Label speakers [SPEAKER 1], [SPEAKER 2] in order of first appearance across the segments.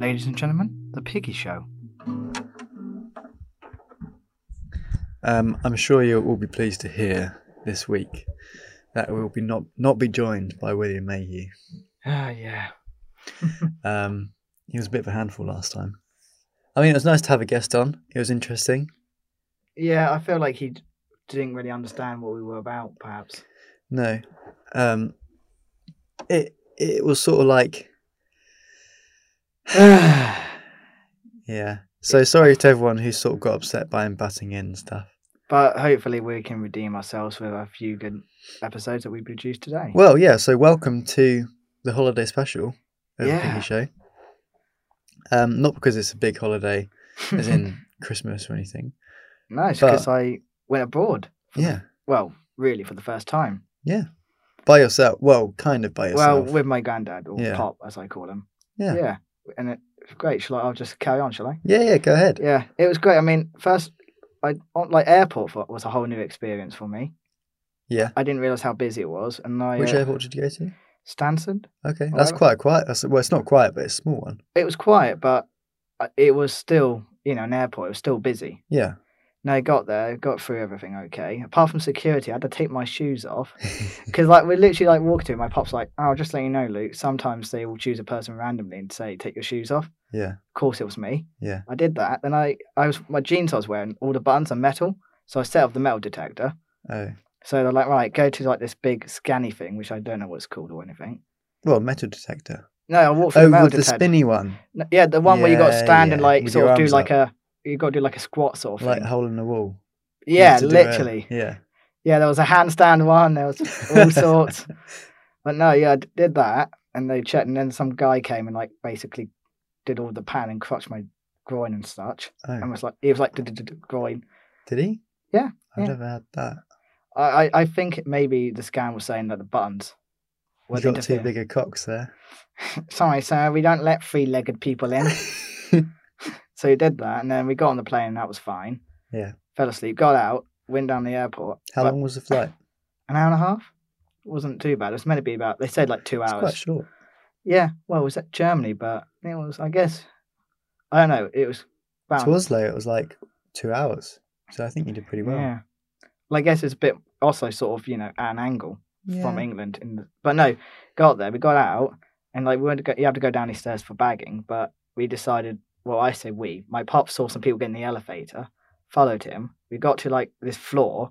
[SPEAKER 1] ladies and gentlemen, the Piggy Show.
[SPEAKER 2] Um, I'm sure you will be pleased to hear this week that we will be not not be joined by William Mayhew.
[SPEAKER 1] Ah, yeah.
[SPEAKER 2] Um, he was a bit of a handful last time. I mean, it was nice to have a guest on. It was interesting.
[SPEAKER 1] Yeah, I feel like he d- didn't really understand what we were about, perhaps.
[SPEAKER 2] No, um, it it was sort of like
[SPEAKER 1] but
[SPEAKER 2] yeah. So sorry to everyone who sort of got upset by him butting in and stuff.
[SPEAKER 1] hopefully we can redeem ourselves with a few good episodes that we produced today.
[SPEAKER 2] Well, yeah. So welcome to the holiday special of the
[SPEAKER 1] Yeah.
[SPEAKER 2] Pinky Show. Um, not because it's a big holiday, as in Christmas or anything.
[SPEAKER 1] nice,
[SPEAKER 2] but-
[SPEAKER 1] because I went abroad. for the-
[SPEAKER 2] Yeah,
[SPEAKER 1] well, really, for the first time.
[SPEAKER 2] by yourself. Well, kind of by
[SPEAKER 1] Well,
[SPEAKER 2] yourself.
[SPEAKER 1] with my granddad, or
[SPEAKER 2] Yeah.
[SPEAKER 1] Pop, as I call him.
[SPEAKER 2] Yeah.
[SPEAKER 1] Yeah. And it, great. Shall I? I'll just carry on, shall I?
[SPEAKER 2] yeah, yeah. Go ahead.
[SPEAKER 1] Yeah, it was great. I mean, first, I on- like airport fo- was a whole new experience for me.
[SPEAKER 2] Yeah.
[SPEAKER 1] I didn't realize how busy it was, and I
[SPEAKER 2] Which
[SPEAKER 1] uh,
[SPEAKER 2] airport did you go to?
[SPEAKER 1] Stansted.
[SPEAKER 2] Okay, that's
[SPEAKER 1] Whatever.
[SPEAKER 2] quite quiet. That's, well, it's not quiet, but it's a small one.
[SPEAKER 1] It was quiet, but uh, it was still you know an airport. It was still busy.
[SPEAKER 2] Yeah.
[SPEAKER 1] Now I got there, got through everything okay. Apart from security, I had to take my shoes off because like we're literally like walking to it. My pop's like, "Oh, just let you know, Luke. Sometimes they will choose a person randomly and say, take your shoes off."
[SPEAKER 2] yeah.
[SPEAKER 1] Of course, it was me.
[SPEAKER 2] Yeah.
[SPEAKER 1] I did that. Then I, I was my jeans I was wearing. All the buttons are metal, so I set up the metal detector.
[SPEAKER 2] Oh,
[SPEAKER 1] So they're like, right, go to like this big scanny thing, which I don't know what it's called or anything.
[SPEAKER 2] well, metal detector.
[SPEAKER 1] No, I walked through
[SPEAKER 2] Oh,
[SPEAKER 1] the metal
[SPEAKER 2] with the
[SPEAKER 1] detector.
[SPEAKER 2] spinny one,
[SPEAKER 1] No, yeah, the one where you got to
[SPEAKER 2] Yeah,
[SPEAKER 1] stand and
[SPEAKER 2] yeah,
[SPEAKER 1] like
[SPEAKER 2] with
[SPEAKER 1] sort
[SPEAKER 2] your
[SPEAKER 1] of do
[SPEAKER 2] arms
[SPEAKER 1] like a, you got to do like a squat sort of
[SPEAKER 2] like
[SPEAKER 1] thing.
[SPEAKER 2] hole in the wall. You
[SPEAKER 1] yeah,
[SPEAKER 2] used to do a-
[SPEAKER 1] literally.
[SPEAKER 2] yeah.
[SPEAKER 1] Yeah, there was a handstand one. There was all sorts. But no, yeah, I d- did that, and they checked, and then some guy came and like basically did all the pan and crushed my groin and such. And
[SPEAKER 2] Oh,
[SPEAKER 1] was like, he was like, "D-d-d-d- groin.
[SPEAKER 2] did he?
[SPEAKER 1] Yeah,
[SPEAKER 2] I've
[SPEAKER 1] yeah.
[SPEAKER 2] never had that.
[SPEAKER 1] I, I, I think maybe the scan was saying that the buttons.
[SPEAKER 2] You
[SPEAKER 1] were
[SPEAKER 2] got too
[SPEAKER 1] interfering.
[SPEAKER 2] big a cocks there.
[SPEAKER 1] sorry, sir, we don't let three legged people in. so he did that, and then we got on the plane, and that was fine.
[SPEAKER 2] Yeah.
[SPEAKER 1] Fell asleep, got out, went down the airport.
[SPEAKER 2] How
[SPEAKER 1] Like,
[SPEAKER 2] long was the flight?
[SPEAKER 1] An hour and a half? wasn't too bad. It was meant to be about, they said like two
[SPEAKER 2] It's quite
[SPEAKER 1] hours.
[SPEAKER 2] short.
[SPEAKER 1] Yeah, well, it was at Germany, but it was, I guess, I don't know, it was bound.
[SPEAKER 2] To Oslo, it was like two hours. So I think you did pretty well.
[SPEAKER 1] Yeah. Well, I guess it's a bit also sort of, you know, an angle from
[SPEAKER 2] Yeah.
[SPEAKER 1] England. In the, but no, got there, we got out, and like we went to go, you have to go down these stairs for bagging, but we decided, well, I say we, my pop saw some people get in the elevator, followed him. We got to like this floor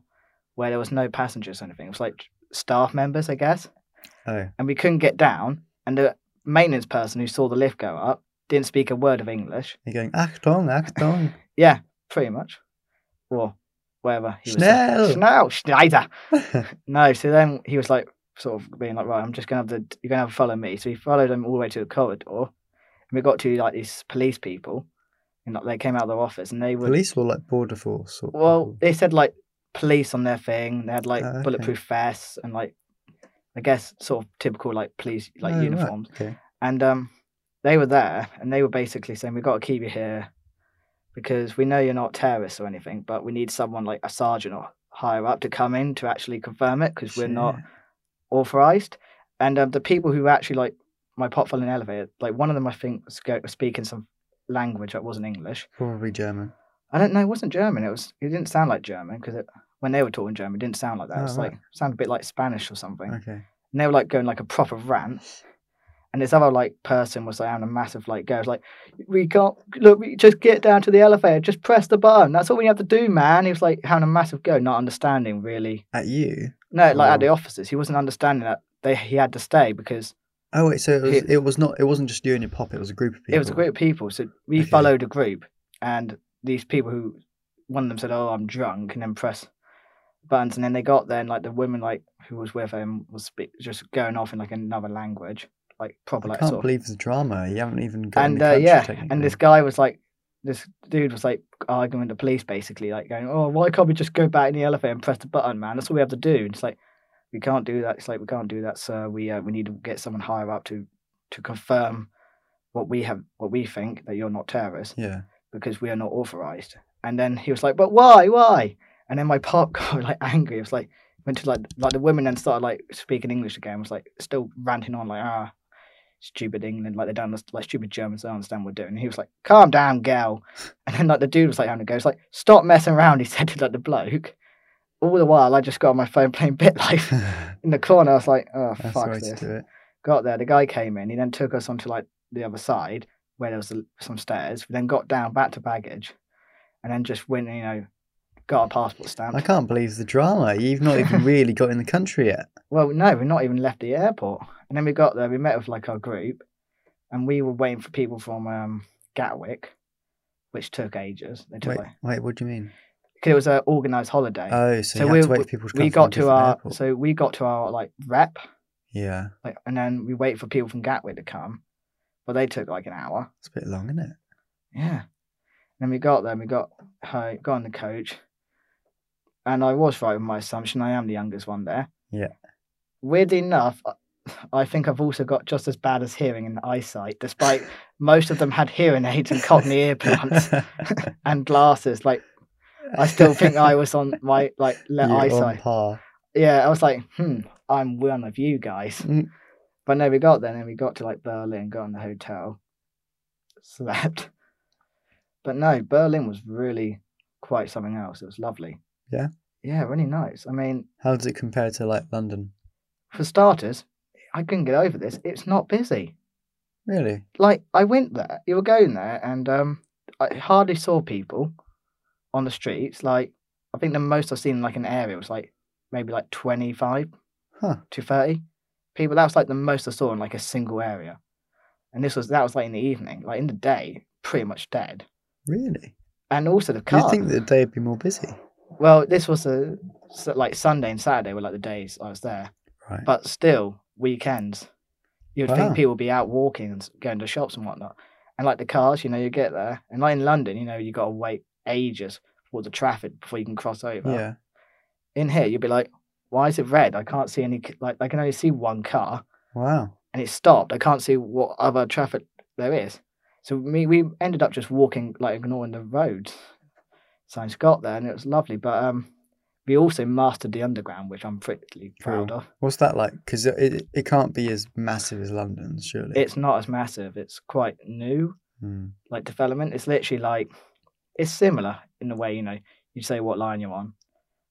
[SPEAKER 1] where there was no passengers or anything. It was like staff members, I guess,
[SPEAKER 2] Oh,
[SPEAKER 1] and we couldn't get down. And the maintenance person who saw the lift go up didn't speak a word of English.
[SPEAKER 2] you're going Achtung, Achtung.
[SPEAKER 1] Yeah, pretty much. Or whatever. He was saying. Schnell,
[SPEAKER 2] Schnell.
[SPEAKER 1] Schneider. No, so then he was like, sort of being like, right, I'm just gonna have the you're gonna have to follow me. So he followed him all the way to the corridor, and we got to like these police people, and like, they came out of their office, and they were
[SPEAKER 2] Police or like border force? Or
[SPEAKER 1] well, they said like police on their thing. They had like
[SPEAKER 2] Oh, okay.
[SPEAKER 1] bulletproof vests and like, I guess sort of typical like police like
[SPEAKER 2] Oh, right,
[SPEAKER 1] uniforms.
[SPEAKER 2] okay.
[SPEAKER 1] And um, they were there, and they were basically saying, "We've got to keep you here because we know you're not terrorists or anything, but we need someone like a sergeant or higher up to come in to actually confirm it because we're not
[SPEAKER 2] Shit.
[SPEAKER 1] authorized. And um, the people who actually like my pop fell in the elevator, like one of them, I think, was go- was speaking some language that wasn't English.
[SPEAKER 2] Probably German.
[SPEAKER 1] I don't know. It wasn't German. It was. It didn't sound like German because when they were talking German, it didn't sound like that.
[SPEAKER 2] Oh,
[SPEAKER 1] It's
[SPEAKER 2] right.
[SPEAKER 1] like sounded a bit like Spanish or something.
[SPEAKER 2] Okay.
[SPEAKER 1] And they were like going like a proper rant. And this other like person was like having a massive like go. It's like we can't look. We just get down to the elevator. Just press the button. That's all we have to do, man. He was like having a massive go, not understanding really.
[SPEAKER 2] At you?
[SPEAKER 1] No, like
[SPEAKER 2] Wow.
[SPEAKER 1] at the offices, he wasn't understanding that they he had to stay because
[SPEAKER 2] Oh wait, so it was,
[SPEAKER 1] It-
[SPEAKER 2] it was not. It wasn't just you and your pop. It was a group of people.
[SPEAKER 1] It was a group of people. So we
[SPEAKER 2] Okay.
[SPEAKER 1] followed a group, and these people who one of them said, "Oh, I'm drunk," and then press buttons, and then they got there, and like the woman like who was with him was spe- just going off in like another language, like proper
[SPEAKER 2] I
[SPEAKER 1] like
[SPEAKER 2] can't
[SPEAKER 1] sort of.
[SPEAKER 2] believe the drama. You haven't even got in
[SPEAKER 1] And
[SPEAKER 2] the
[SPEAKER 1] uh,
[SPEAKER 2] country,
[SPEAKER 1] yeah,
[SPEAKER 2] technically.
[SPEAKER 1] and this guy was like, this dude was like arguing with the police, basically like going, "Oh, why can't we just go back in the elevator and press the button, man? That's all we have to do." And it's like, we can't do that. It's like we can't do that, sir. We uh, we need to get someone higher up to to confirm what we have, what we think that you're not terrorists
[SPEAKER 2] Yeah.
[SPEAKER 1] because we are not authorized. And then he was like, but why, why? And then my pop got like angry. It was like went to like like the women then started like speaking English again. Was like still ranting on like ah, stupid England, like they done this- like stupid Germans. They don't understand what we're doing. And he was like, "Calm down, gal." And then like the dude was like, "How to go?" It's like, "Stop messing around." He said to like the bloke. All the while, I just got on my phone playing BitLife
[SPEAKER 2] That's
[SPEAKER 1] in the corner. I was like, "Oh
[SPEAKER 2] the
[SPEAKER 1] fuck
[SPEAKER 2] way
[SPEAKER 1] this."
[SPEAKER 2] to do it.
[SPEAKER 1] Got there, the guy came in. He then took us onto like the other side where there was a- some stairs. We then got down back to baggage, and then just went, you know, got a passport stamp.
[SPEAKER 2] I can't believe the drama. You've not even really got in the country yet.
[SPEAKER 1] Well, no, we've not even left the airport. And then we got there, we met with like our group, and we were waiting for people from um, Gatwick, which took ages. They took
[SPEAKER 2] Wait,
[SPEAKER 1] like,
[SPEAKER 2] wait, what do you mean?
[SPEAKER 1] cause it was an organised holiday.
[SPEAKER 2] Oh, so,
[SPEAKER 1] So
[SPEAKER 2] you
[SPEAKER 1] we-
[SPEAKER 2] have to wait for people to come
[SPEAKER 1] we
[SPEAKER 2] from a
[SPEAKER 1] got to
[SPEAKER 2] different
[SPEAKER 1] our
[SPEAKER 2] airport.
[SPEAKER 1] so we got to our like rep,
[SPEAKER 2] Yeah,
[SPEAKER 1] like, and then we wait for people from Gatwick to come, but they took like an hour.
[SPEAKER 2] it's a bit long, isn't it?
[SPEAKER 1] Yeah. And then we got there, and we got home, got on the coach, and I was right with my assumption. I am the youngest one there.
[SPEAKER 2] Yeah.
[SPEAKER 1] Weird enough, I- I think I've also got just as bad as hearing and eyesight, despite most of them had hearing aids and cochlear implants and glasses. Like I still think I was on my like le-
[SPEAKER 2] You're on
[SPEAKER 1] eyesight.
[SPEAKER 2] par.
[SPEAKER 1] Yeah, I was like, hmm, I'm one of you guys.
[SPEAKER 2] Mm.
[SPEAKER 1] But no, we got there and we got to like Berlin, got in the hotel, slept. But no, Berlin was really quite something else. It was lovely.
[SPEAKER 2] Yeah?
[SPEAKER 1] Yeah, really nice. I mean,
[SPEAKER 2] How does it compare to like London?
[SPEAKER 1] for starters, I couldn't get over this. It's not busy.
[SPEAKER 2] Really?
[SPEAKER 1] Like, I went there, you were going there, and um, I hardly saw people on the streets. Like, I think the most I've seen in like an area was like maybe like 25
[SPEAKER 2] Huh.
[SPEAKER 1] to 30 people. That was like the most I saw in like a single area. And this was that was like in the evening, like in the day, pretty much dead.
[SPEAKER 2] Really?
[SPEAKER 1] And also the
[SPEAKER 2] Do
[SPEAKER 1] car.
[SPEAKER 2] you think the day'd be more busy?
[SPEAKER 1] Well, this was a so, like Sunday and Saturday were like the days I was there,
[SPEAKER 2] Right.
[SPEAKER 1] but still weekends. You'd
[SPEAKER 2] Wow.
[SPEAKER 1] think people would be out walking and s- going to shops and whatnot. And like the cars, you know, you get there, and like in London, you know, you got to wait ages for the traffic before you can cross over.
[SPEAKER 2] yeah.
[SPEAKER 1] In here, you'd be like, "Why is it red? I can't see any. c- Like, I can only see one car."
[SPEAKER 2] Wow.
[SPEAKER 1] and it stopped. I can't see what other traffic there is. So me, we ended up just walking, like ignoring the roads. Signs got there, and it was lovely. But um, we also mastered the underground, which I'm pretty proud
[SPEAKER 2] Cool.
[SPEAKER 1] of.
[SPEAKER 2] What's that like? Because it, it, it can't be as massive as London, surely.
[SPEAKER 1] It's not as massive. It's quite new,
[SPEAKER 2] Hmm.
[SPEAKER 1] like development. It's literally like it's similar in the way you know you say what line you're on,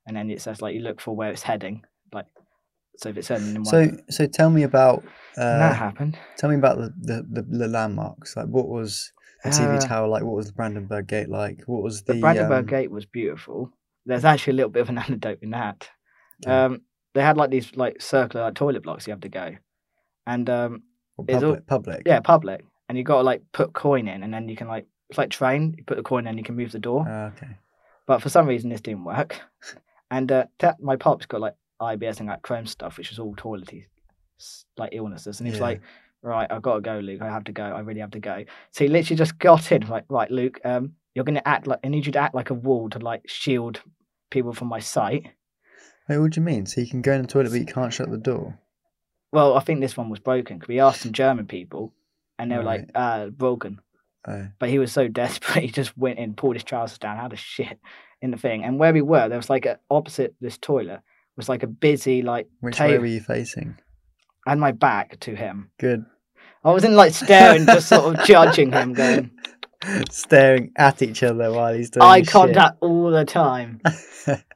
[SPEAKER 1] and then it says like you look for where it's heading. Like so, if it's heading in one,
[SPEAKER 2] So so tell me about
[SPEAKER 1] and that
[SPEAKER 2] uh,
[SPEAKER 1] happened.
[SPEAKER 2] tell me about the, the, the, the landmarks. Like what was the TV
[SPEAKER 1] Uh,
[SPEAKER 2] tower like? What was the Brandenburg Gate like? What was the,
[SPEAKER 1] the Brandenburg
[SPEAKER 2] um,
[SPEAKER 1] Gate was beautiful. There's actually a little bit of an anecdote in that.
[SPEAKER 2] Yeah.
[SPEAKER 1] Um, they had like these like circular like, toilet blocks you have to go, and um,
[SPEAKER 2] Well,
[SPEAKER 1] It's all-
[SPEAKER 2] public, public.
[SPEAKER 1] yeah, public, and you got to like put coin in, and then you can like it's like train. You put the coin in, you can move the door.
[SPEAKER 2] Ah, okay.
[SPEAKER 1] But for some reason, this didn't work, and uh, that, my pops got like IBS and like Crohn's stuff, which is all toilety s- like illnesses, and he was
[SPEAKER 2] Yeah.
[SPEAKER 1] like. Right, I've got to go, Luke. I have to go. I really have to go. So he literally just got in, like, right, Luke, um, you're going to act like, I need you to act like a wall to like shield people from my sight.
[SPEAKER 2] Wait, what do you mean? So you can go in the toilet, but you can't shut the door.
[SPEAKER 1] Well, I think this one was broken 'cause we asked some German people and they were like, uh, broken.
[SPEAKER 2] Oh,
[SPEAKER 1] But he was so desperate, he just went in, pulled his trousers down, had a shit in the thing. And where we were, there was like a, opposite this toilet was like a busy, like,
[SPEAKER 2] which way
[SPEAKER 1] Tape.
[SPEAKER 2] were you facing?
[SPEAKER 1] and my back to him.
[SPEAKER 2] Good.
[SPEAKER 1] I wasn't like staring, just sort of judging him, going,
[SPEAKER 2] Staring at each other while he's doing
[SPEAKER 1] eye
[SPEAKER 2] his shit.
[SPEAKER 1] contact all the time.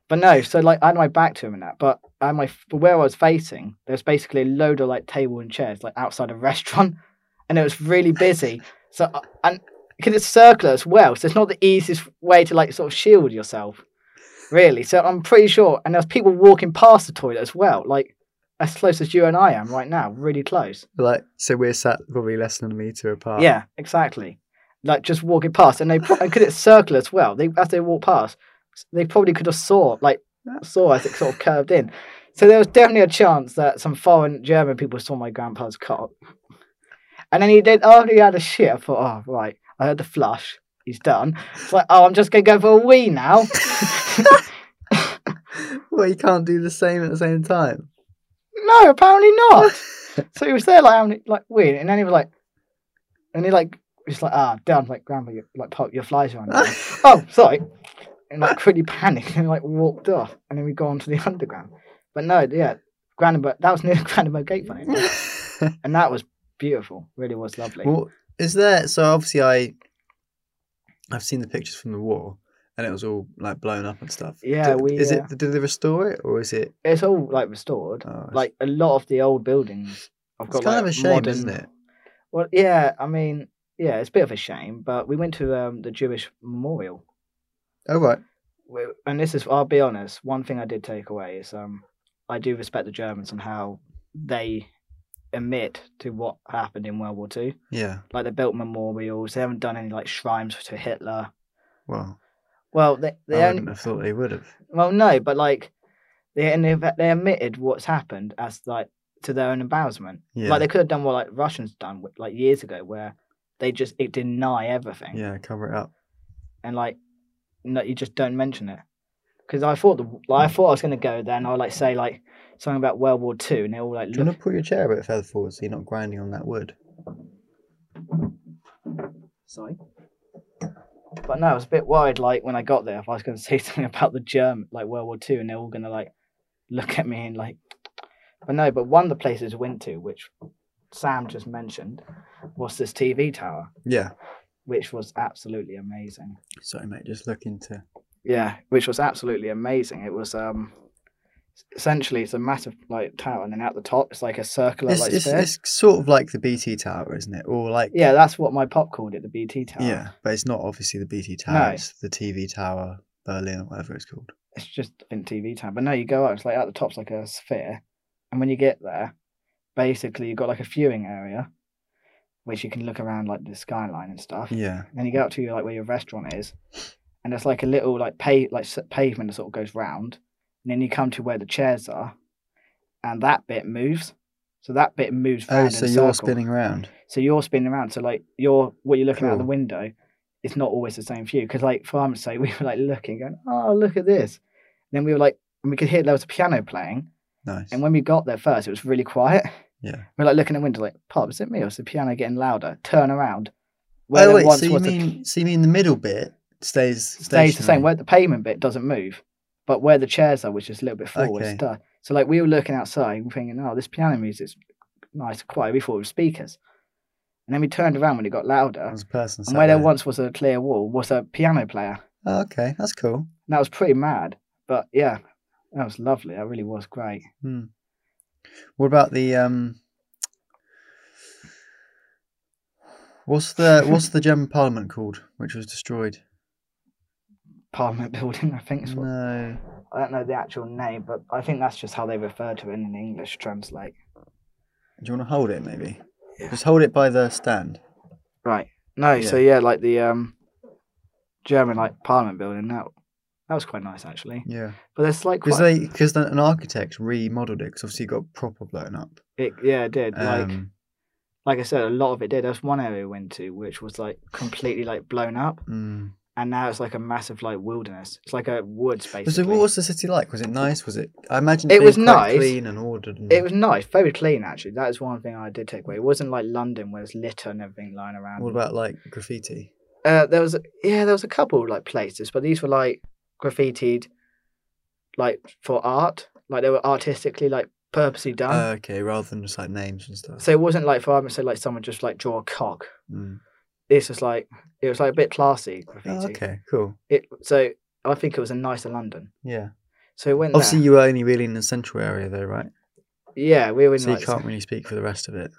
[SPEAKER 1] But no, so like I had my back to him and that, but I had my but where I was facing, there was basically a load of like table and chairs like outside a restaurant, and it was really busy. so I- and because it's circular as well, so it's not the easiest way to like sort of shield yourself, really. So I'm pretty sure, and there's people walking past the toilet as well, like as close as you and I am right now, really close.
[SPEAKER 2] Like, so we're sat probably less than a meter apart.
[SPEAKER 1] Yeah, exactly. Like just walking past, and they pro- and 'cause it's circular as well. They as they walk past, they probably could have saw like saw as it sort of curved in. So there was definitely a chance that some foreign German people saw my grandpa's cock. And then he did after he had a shit. I thought, oh right, I heard the flush. He's done. It's like, oh, I'm just gonna go for a wee now.
[SPEAKER 2] Well, you can't do the same at the same time.
[SPEAKER 1] no, apparently not. so he was there like having- like weeing, and then he was like, and he like he's like, ah, down, like grandpa, you like pop your flies are on. oh, sorry. And like pretty panicked and like walked off. And then we go on to the underground. But no, yeah, Brandenburg, that was near the Brandenburg Gate, funny enough. And that was beautiful. Really was lovely.
[SPEAKER 2] Well, is there? So obviously, I I've seen the pictures from the war, and it was all like blown up and stuff.
[SPEAKER 1] Yeah,
[SPEAKER 2] Did-
[SPEAKER 1] we,
[SPEAKER 2] Is
[SPEAKER 1] uh,
[SPEAKER 2] it? Did they restore it, or is it?
[SPEAKER 1] it's all like restored.
[SPEAKER 2] Oh, it's-
[SPEAKER 1] Like a lot of the old buildings, I've
[SPEAKER 2] it's
[SPEAKER 1] got
[SPEAKER 2] kind
[SPEAKER 1] like
[SPEAKER 2] of a shame,
[SPEAKER 1] modern-
[SPEAKER 2] isn't it?
[SPEAKER 1] Well, yeah. I mean, yeah, it's a bit of a shame, but we went to um, the Jewish memorial,
[SPEAKER 2] Oh right.
[SPEAKER 1] We- and this is. I'll be honest. One thing I did take away is um, I do respect the Germans and how they admit to what happened in World War Two.
[SPEAKER 2] Yeah.
[SPEAKER 1] Like they built memorials. They haven't done any like shrines to Hitler.
[SPEAKER 2] Well,
[SPEAKER 1] Well, they they
[SPEAKER 2] I
[SPEAKER 1] only
[SPEAKER 2] wouldn't have thought they would have.
[SPEAKER 1] Well, no, but like they and they've, they admitted what's happened as like to their own embarrassment.
[SPEAKER 2] Yeah.
[SPEAKER 1] Like they could have done what like Russians done wi- like years ago, where they just it deny everything
[SPEAKER 2] yeah, cover it up.
[SPEAKER 1] and like no, you just don't mention it. Because I thought the
[SPEAKER 2] Mm.
[SPEAKER 1] like, I thought I was gonna go there and I would like say like something about World War Two, and they all like
[SPEAKER 2] Do you
[SPEAKER 1] look.
[SPEAKER 2] want to pull your chair a bit further forward so you're not grinding on that wood?
[SPEAKER 1] Sorry. But no, I was a bit worried. Like when I got there, if I was gonna say something about the German like World War Two, and they're all gonna like look at me and like. But no, but one of the places we went to, which Sam just mentioned, was this TV tower,
[SPEAKER 2] Yeah.
[SPEAKER 1] which was absolutely amazing.
[SPEAKER 2] Sorry, mate. Just look into.
[SPEAKER 1] Yeah, which was absolutely amazing. It was um, essentially it's a massive like tower, and then at the top it's like a circular
[SPEAKER 2] It's,
[SPEAKER 1] like
[SPEAKER 2] it's,
[SPEAKER 1] sphere.
[SPEAKER 2] it's sort of like the BT Tower, isn't it? Or like
[SPEAKER 1] Yeah, that's what my pop called it, the BT tower.
[SPEAKER 2] Yeah, but it's not obviously the BT Tower.
[SPEAKER 1] No.
[SPEAKER 2] It's the TV Tower Berlin or whatever it's called.
[SPEAKER 1] it's just in TV time. But no, you go up, it's like at the top's like a sphere. And when you get there, basically you've got like a viewing area, which you can look around like the skyline and stuff.
[SPEAKER 2] Yeah.
[SPEAKER 1] And then you go up to like where your restaurant is, and there's like a little like pa- like s- pavement that sort of goes round. And then you come to where the chairs are, and that bit moves. So that bit moves.
[SPEAKER 2] Oh,
[SPEAKER 1] round
[SPEAKER 2] so
[SPEAKER 1] in a
[SPEAKER 2] you're
[SPEAKER 1] circle.
[SPEAKER 2] spinning around.
[SPEAKER 1] So you're spinning around. So like you're what you're looking out the
[SPEAKER 2] Cool.
[SPEAKER 1] window, it's not always the same view. Because like for argument's sake, we were like looking, going, "Oh, look at this," and then we were like, and we could hear there was a piano playing.
[SPEAKER 2] Nice.
[SPEAKER 1] And when we got there first, it was really quiet.
[SPEAKER 2] Yeah.
[SPEAKER 1] We are like looking at the window, like, "Pop, is it me or is the piano getting louder?" Turn around.
[SPEAKER 2] oh,
[SPEAKER 1] there
[SPEAKER 2] wait,
[SPEAKER 1] once
[SPEAKER 2] so you
[SPEAKER 1] was a-
[SPEAKER 2] mean so you mean the middle bit stays
[SPEAKER 1] stays the same.
[SPEAKER 2] stationary?
[SPEAKER 1] Where the pavement bit doesn't move, but where the chairs are, which is a little bit forward,
[SPEAKER 2] Okay.
[SPEAKER 1] stuff. So like we were looking outside and thinking, oh, this piano music's nice and quiet. We thought it was speakers, and then we turned around when it got louder.
[SPEAKER 2] There's a person
[SPEAKER 1] And
[SPEAKER 2] sat
[SPEAKER 1] where there
[SPEAKER 2] there.
[SPEAKER 1] once was a clear wall was a piano player.
[SPEAKER 2] Oh, okay, that's cool.
[SPEAKER 1] And that was pretty mad. But yeah, that was lovely. That really was great.
[SPEAKER 2] What about the um? What's the what's the German Parliament called, which was destroyed?
[SPEAKER 1] Parliament building, I think. Is what,
[SPEAKER 2] No,
[SPEAKER 1] I don't know the actual name, but I think that's just how they refer to it in English translate.
[SPEAKER 2] do you want to hold it maybe?
[SPEAKER 1] Yeah.
[SPEAKER 2] Just hold it by the stand.
[SPEAKER 1] Right. No, so yeah, like the um, German like Parliament building. That that was quite nice actually.
[SPEAKER 2] Yeah,
[SPEAKER 1] But there's like
[SPEAKER 2] because
[SPEAKER 1] quite,
[SPEAKER 2] they because an architect remodeled it because obviously it got proper blown up.
[SPEAKER 1] it, yeah, it did like
[SPEAKER 2] Um,
[SPEAKER 1] like I said, a lot of it did. There's one area we went to which was like completely like blown up,
[SPEAKER 2] mm.
[SPEAKER 1] and now it's like a massive like wilderness. It's like a woods basically.
[SPEAKER 2] So what was the city like? Was it nice? Was it? I imagine
[SPEAKER 1] It
[SPEAKER 2] being
[SPEAKER 1] was
[SPEAKER 2] quite
[SPEAKER 1] nice.
[SPEAKER 2] clean and ordered. And,
[SPEAKER 1] It was nice, very clean actually. That is one thing I did take away. It wasn't like London where there's litter and everything lying around.
[SPEAKER 2] What about like graffiti?
[SPEAKER 1] Uh, there was yeah, there was a couple like places, but these were like graffitied, like for art, like they were artistically like purposely done.
[SPEAKER 2] Uh, okay, rather than just like names and stuff.
[SPEAKER 1] so it wasn't like for argument's sake, like someone just like draw a cock.
[SPEAKER 2] Mm.
[SPEAKER 1] This was like it was like a bit classy graffiti.
[SPEAKER 2] Oh, okay, cool.
[SPEAKER 1] It so I think it was a nicer London.
[SPEAKER 2] Yeah.
[SPEAKER 1] So it went
[SPEAKER 2] Obviously,
[SPEAKER 1] there.
[SPEAKER 2] you were only really in the central area, though, right?
[SPEAKER 1] yeah, we were in
[SPEAKER 2] So you
[SPEAKER 1] like
[SPEAKER 2] can't really speak for the rest of it.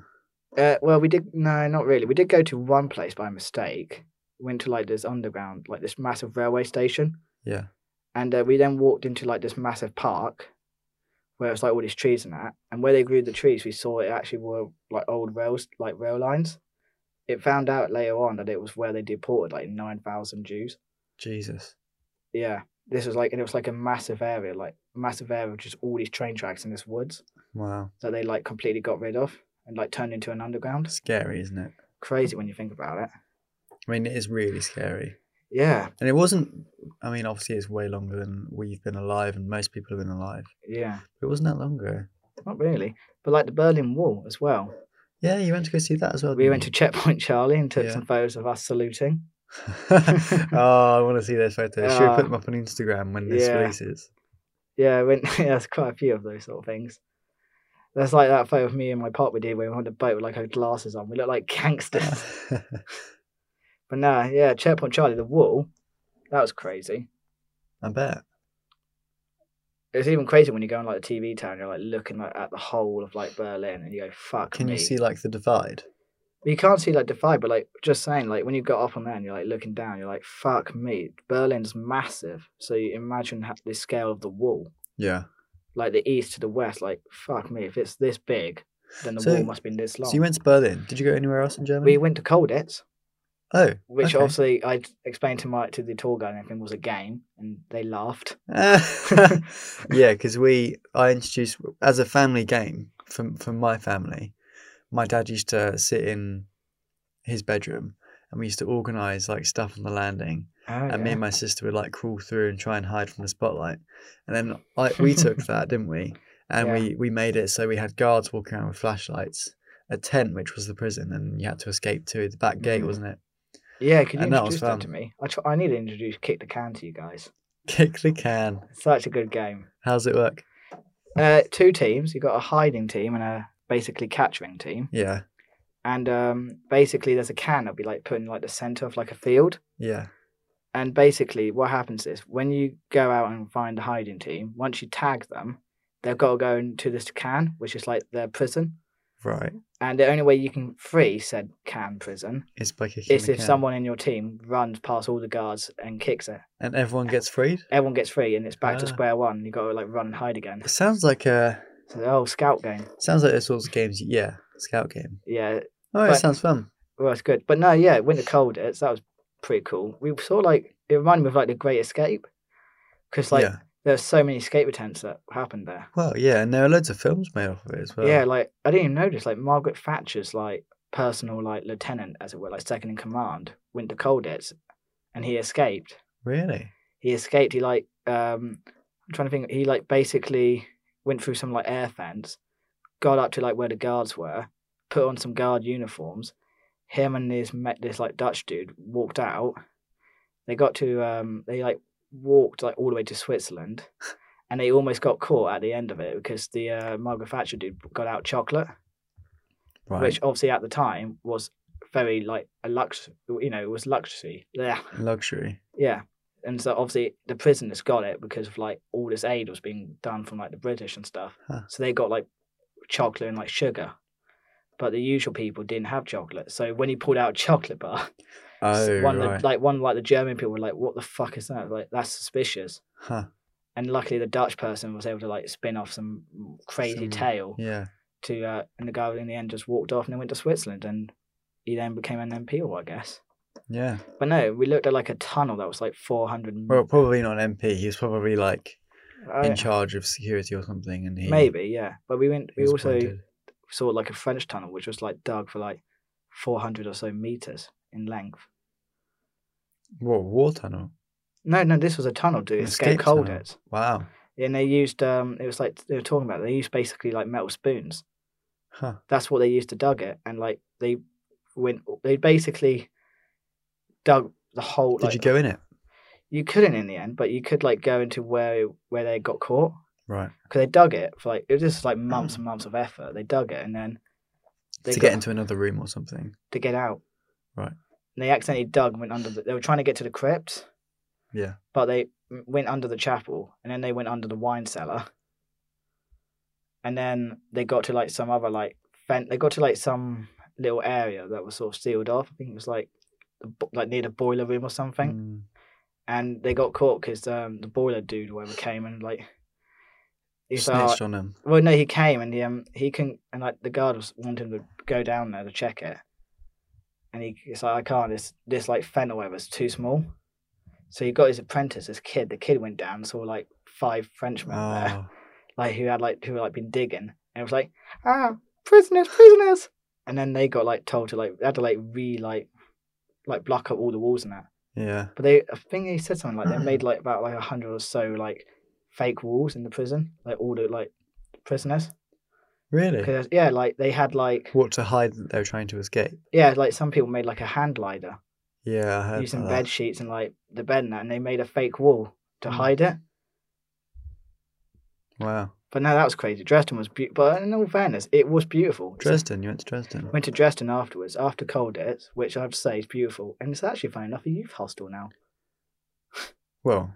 [SPEAKER 1] Uh, well, we did. No, not really. We did go to one place by mistake. Went to like this underground, like this massive railway station,
[SPEAKER 2] Yeah.
[SPEAKER 1] and uh, we then walked into like this massive park, where it's like all these trees and that. And where they grew the trees, we saw it actually were like old rails, like rail lines. It found out later on that it was where they deported like nine thousand Jews.
[SPEAKER 2] Jesus.
[SPEAKER 1] Yeah, this was like, and it was like a massive area, like massive area of just all these train tracks in this woods
[SPEAKER 2] Wow.
[SPEAKER 1] that they like completely got rid of and like turned into an underground.
[SPEAKER 2] Scary, isn't it?
[SPEAKER 1] Crazy when you think about it.
[SPEAKER 2] I mean, it is really scary.
[SPEAKER 1] Yeah,
[SPEAKER 2] And it wasn't, I mean, obviously, it's way longer than we've been alive and most people have been alive.
[SPEAKER 1] yeah.
[SPEAKER 2] But it wasn't that long ago.
[SPEAKER 1] Not really, but like the Berlin Wall as well.
[SPEAKER 2] Yeah, you went to go see that as well.
[SPEAKER 1] We
[SPEAKER 2] didn't
[SPEAKER 1] went to Checkpoint Charlie and took
[SPEAKER 2] Hmm. Yeah.
[SPEAKER 1] some photos of us saluting.
[SPEAKER 2] you? oh, I want to see those photos. Should we
[SPEAKER 1] Ah.
[SPEAKER 2] put them up on Instagram when this
[SPEAKER 1] Yeah.
[SPEAKER 2] releases?
[SPEAKER 1] Yeah, I went, yeah, there's quite a few of those sort of things. That's like that photo of me and my partner we did when we were on the boat with like our glasses on. We look like gangsters. but nah, yeah, Checkpoint Charlie, the wall, that was crazy.
[SPEAKER 2] I bet.
[SPEAKER 1] It's even crazier when you go on like a TV town. You're like looking like, at the whole of like Berlin, and you go, "Fuck
[SPEAKER 2] Can
[SPEAKER 1] me."
[SPEAKER 2] you see like the divide?
[SPEAKER 1] But you can't see like Defy, but like just saying, like when you got up on there and you're like looking down, you're like, "Fuck me." Berlin's massive, so you imagine ha- the scale of the wall,
[SPEAKER 2] Yeah.
[SPEAKER 1] like the east to the west. Like, fuck me, if it's this big, then the
[SPEAKER 2] So-
[SPEAKER 1] wall must have been this long.
[SPEAKER 2] So you went to Berlin. Did you go anywhere else in Germany?
[SPEAKER 1] we went to Colditz.
[SPEAKER 2] oh.
[SPEAKER 1] which
[SPEAKER 2] Okay.
[SPEAKER 1] obviously I explained to my to the tour guide and everything was a game, and they laughed.
[SPEAKER 2] Ah, yeah, because we I introduced as a family game from from my family. My dad used to sit in his bedroom, and we used to organise like stuff on the landing.
[SPEAKER 1] Oh,
[SPEAKER 2] And
[SPEAKER 1] uh,
[SPEAKER 2] me and my sister would like crawl through and try and hide from the spotlight. And then I we took that, didn't we? And
[SPEAKER 1] Yeah.
[SPEAKER 2] we we made it so we had guards walking around with flashlights, a tent which was the prison, and you had to escape to the back gate,
[SPEAKER 1] Mhm.
[SPEAKER 2] wasn't it?
[SPEAKER 1] yeah, could you
[SPEAKER 2] and that was
[SPEAKER 1] introduce that,
[SPEAKER 2] fun.
[SPEAKER 1] to me? I, tr- I need to introduce Kick the Can to you guys.
[SPEAKER 2] Kick the can.
[SPEAKER 1] It's such a good game.
[SPEAKER 2] How's it work?
[SPEAKER 1] Uh, two teams. You've got a hiding team and a basically capturing team.
[SPEAKER 2] Yeah,
[SPEAKER 1] And um, basically, there's a can that'll be like put in like the center of like a field.
[SPEAKER 2] yeah,
[SPEAKER 1] And basically, what happens is when you go out and find the hiding team, once you tag them, they've got to go into this can, which is like their prison.
[SPEAKER 2] right.
[SPEAKER 1] And the only way you can free said can prison
[SPEAKER 2] It's by kicking
[SPEAKER 1] is
[SPEAKER 2] the
[SPEAKER 1] if
[SPEAKER 2] can.
[SPEAKER 1] someone in your team runs past all the guards and kicks it.
[SPEAKER 2] and everyone gets freed.
[SPEAKER 1] Everyone gets free, and it's back to
[SPEAKER 2] Ah.
[SPEAKER 1] square one. You got to like run and hide again.
[SPEAKER 2] It sounds like a
[SPEAKER 1] So the whole scout game,
[SPEAKER 2] sounds like those sorts of games. Yeah, scout game.
[SPEAKER 1] yeah,
[SPEAKER 2] Oh, it
[SPEAKER 1] But-
[SPEAKER 2] sounds fun.
[SPEAKER 1] well, it's good. But no, yeah, Winter Cold, it's that was pretty cool. We saw like it reminded me of like the Great Escape, because like
[SPEAKER 2] yeah.
[SPEAKER 1] there's so many escape attempts that happened there.
[SPEAKER 2] Well, yeah, and there are loads of films made off of it as well.
[SPEAKER 1] yeah, like I didn't even notice like Margaret Thatcher's like personal like lieutenant, as it were, like second in command, Winter Cold is, and he escaped.
[SPEAKER 2] Really?
[SPEAKER 1] he escaped. He like um, I'm trying to think. He like basically went through some like air fence, got up to like where the guards were, put on some guard uniforms. Him and this met this like Dutch dude walked out. They got to um, they like walked like all the way to Switzerland, and they almost got caught at the end of it because the uh, Margaret Thatcher dude got out chocolate,
[SPEAKER 2] Right.
[SPEAKER 1] which obviously at the time was very like a lux, you know, it was luxury. Yeah.
[SPEAKER 2] Luxury.
[SPEAKER 1] Yeah. And so obviously the prisoners got it because of like all this aid was being done from like the British and stuff.
[SPEAKER 2] Huh.
[SPEAKER 1] So they got like chocolate and like sugar. But the usual people didn't have chocolate. So when he pulled out a chocolate bar, s-
[SPEAKER 2] Oh,
[SPEAKER 1] one of
[SPEAKER 2] right.
[SPEAKER 1] the, like one like the German people were like, What the fuck is that? Like that's suspicious.
[SPEAKER 2] huh.
[SPEAKER 1] And luckily the Dutch person was able to like spin off some crazy
[SPEAKER 2] Some-
[SPEAKER 1] tale
[SPEAKER 2] Yeah.
[SPEAKER 1] to uh, and the guy in the end just walked off and then went to Switzerland and he then became an MP I guess.
[SPEAKER 2] Yeah.
[SPEAKER 1] But no, we looked at like a tunnel that was like four hundred Oh,
[SPEAKER 2] Well, probably not an MP. He was probably like in
[SPEAKER 1] I-
[SPEAKER 2] charge of security or something, and he
[SPEAKER 1] Maybe, yeah. But we went.
[SPEAKER 2] he
[SPEAKER 1] We
[SPEAKER 2] was
[SPEAKER 1] also
[SPEAKER 2] appointed.
[SPEAKER 1] saw like a French tunnel, which was like dug for like four hundred or so meters in length.
[SPEAKER 2] Whoa, war tunnel.
[SPEAKER 1] No, no, this was a tunnel to
[SPEAKER 2] An
[SPEAKER 1] escape
[SPEAKER 2] escape tunnel.
[SPEAKER 1] cold it.
[SPEAKER 2] Wow.
[SPEAKER 1] And they used um, it was like they were talking about. They used basically like metal spoons.
[SPEAKER 2] Huh.
[SPEAKER 1] That's what they used to dug it, and like they went. They basically dug the whole.
[SPEAKER 2] Did
[SPEAKER 1] like,
[SPEAKER 2] you go in it?
[SPEAKER 1] You couldn't in the end, but you could like go into where where they got caught
[SPEAKER 2] Right.
[SPEAKER 1] because they dug it for like it was just like months and months of effort. They dug it and then
[SPEAKER 2] Mm. To
[SPEAKER 1] they
[SPEAKER 2] get
[SPEAKER 1] got-
[SPEAKER 2] into another room or something.
[SPEAKER 1] to get out.
[SPEAKER 2] Right.
[SPEAKER 1] And they accidentally dug and went under the. They were trying to get to the crypt,
[SPEAKER 2] Yeah.
[SPEAKER 1] but they m- went under the chapel and then they went under the wine cellar. And then they got to like some other like vent. They got to like some little area that was sort of sealed off. I think it was like the bo- like near the boiler room or something.
[SPEAKER 2] Mm.
[SPEAKER 1] And they got caught because um, the boiler dude, or whatever, came and like. He's like, "Oh,
[SPEAKER 2] Snitched on him.
[SPEAKER 1] well, no, he came and he, um he can and like the guard was wanted him to go down there to check it, and he it's like I can't. This this like fence or whatever's too small, so he got his apprentice, this kid. The kid went down, saw like five Frenchmen there,
[SPEAKER 2] Oh.
[SPEAKER 1] like who had like who had like been digging, and it was like ah prisoners, prisoners, and then they got like told to like they had to like re like like block up all the walls and that.
[SPEAKER 2] Yeah.
[SPEAKER 1] But they, I think they said something like they made like about like a hundred or so like fake walls in the prison, like all the like prisoners.
[SPEAKER 2] Really?
[SPEAKER 1] 'Cause, yeah, like they had like
[SPEAKER 2] What to hide that they're trying to escape?
[SPEAKER 1] yeah, like some people made like a hand lighter
[SPEAKER 2] Yeah. I heard
[SPEAKER 1] using
[SPEAKER 2] about that. Hmm.
[SPEAKER 1] bed sheets and like the bed and that, and they made a fake wall to
[SPEAKER 2] Mm.
[SPEAKER 1] hide it.
[SPEAKER 2] Wow.
[SPEAKER 1] But no, that was crazy. Dresden was beautiful. But in all fairness, it was beautiful. It's-
[SPEAKER 2] Dresden, you went to Dresden.
[SPEAKER 1] Went to Dresden afterwards, after Colditz, which I have to say is beautiful. And it's actually, funny enough, a youth hostel now.
[SPEAKER 2] Well,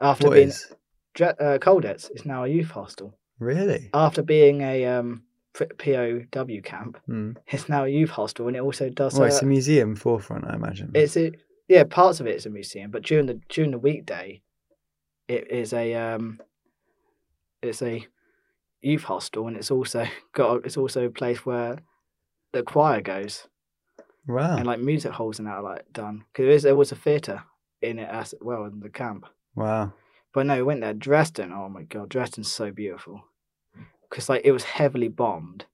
[SPEAKER 1] After
[SPEAKER 2] what
[SPEAKER 1] being
[SPEAKER 2] is
[SPEAKER 1] Dre- uh, Colditz is now a youth hostel.
[SPEAKER 2] really?
[SPEAKER 1] After being a um, P- POW camp,
[SPEAKER 2] Mm.
[SPEAKER 1] it's now a youth hostel, and it also does.
[SPEAKER 2] well,
[SPEAKER 1] uh,
[SPEAKER 2] it's a museum forefront, I imagine.
[SPEAKER 1] it's a yeah, parts of it is a museum, but during the during the weekday, it is a um, it's a youth hostel, and it's also got a, it's also a place where the choir goes.
[SPEAKER 2] wow,
[SPEAKER 1] and like music halls and that are like done because there was a theatre in it as well in the camp.
[SPEAKER 2] wow.
[SPEAKER 1] But no, we went there. Dresden, oh my god, Dresden's so beautiful because like it was heavily bombed.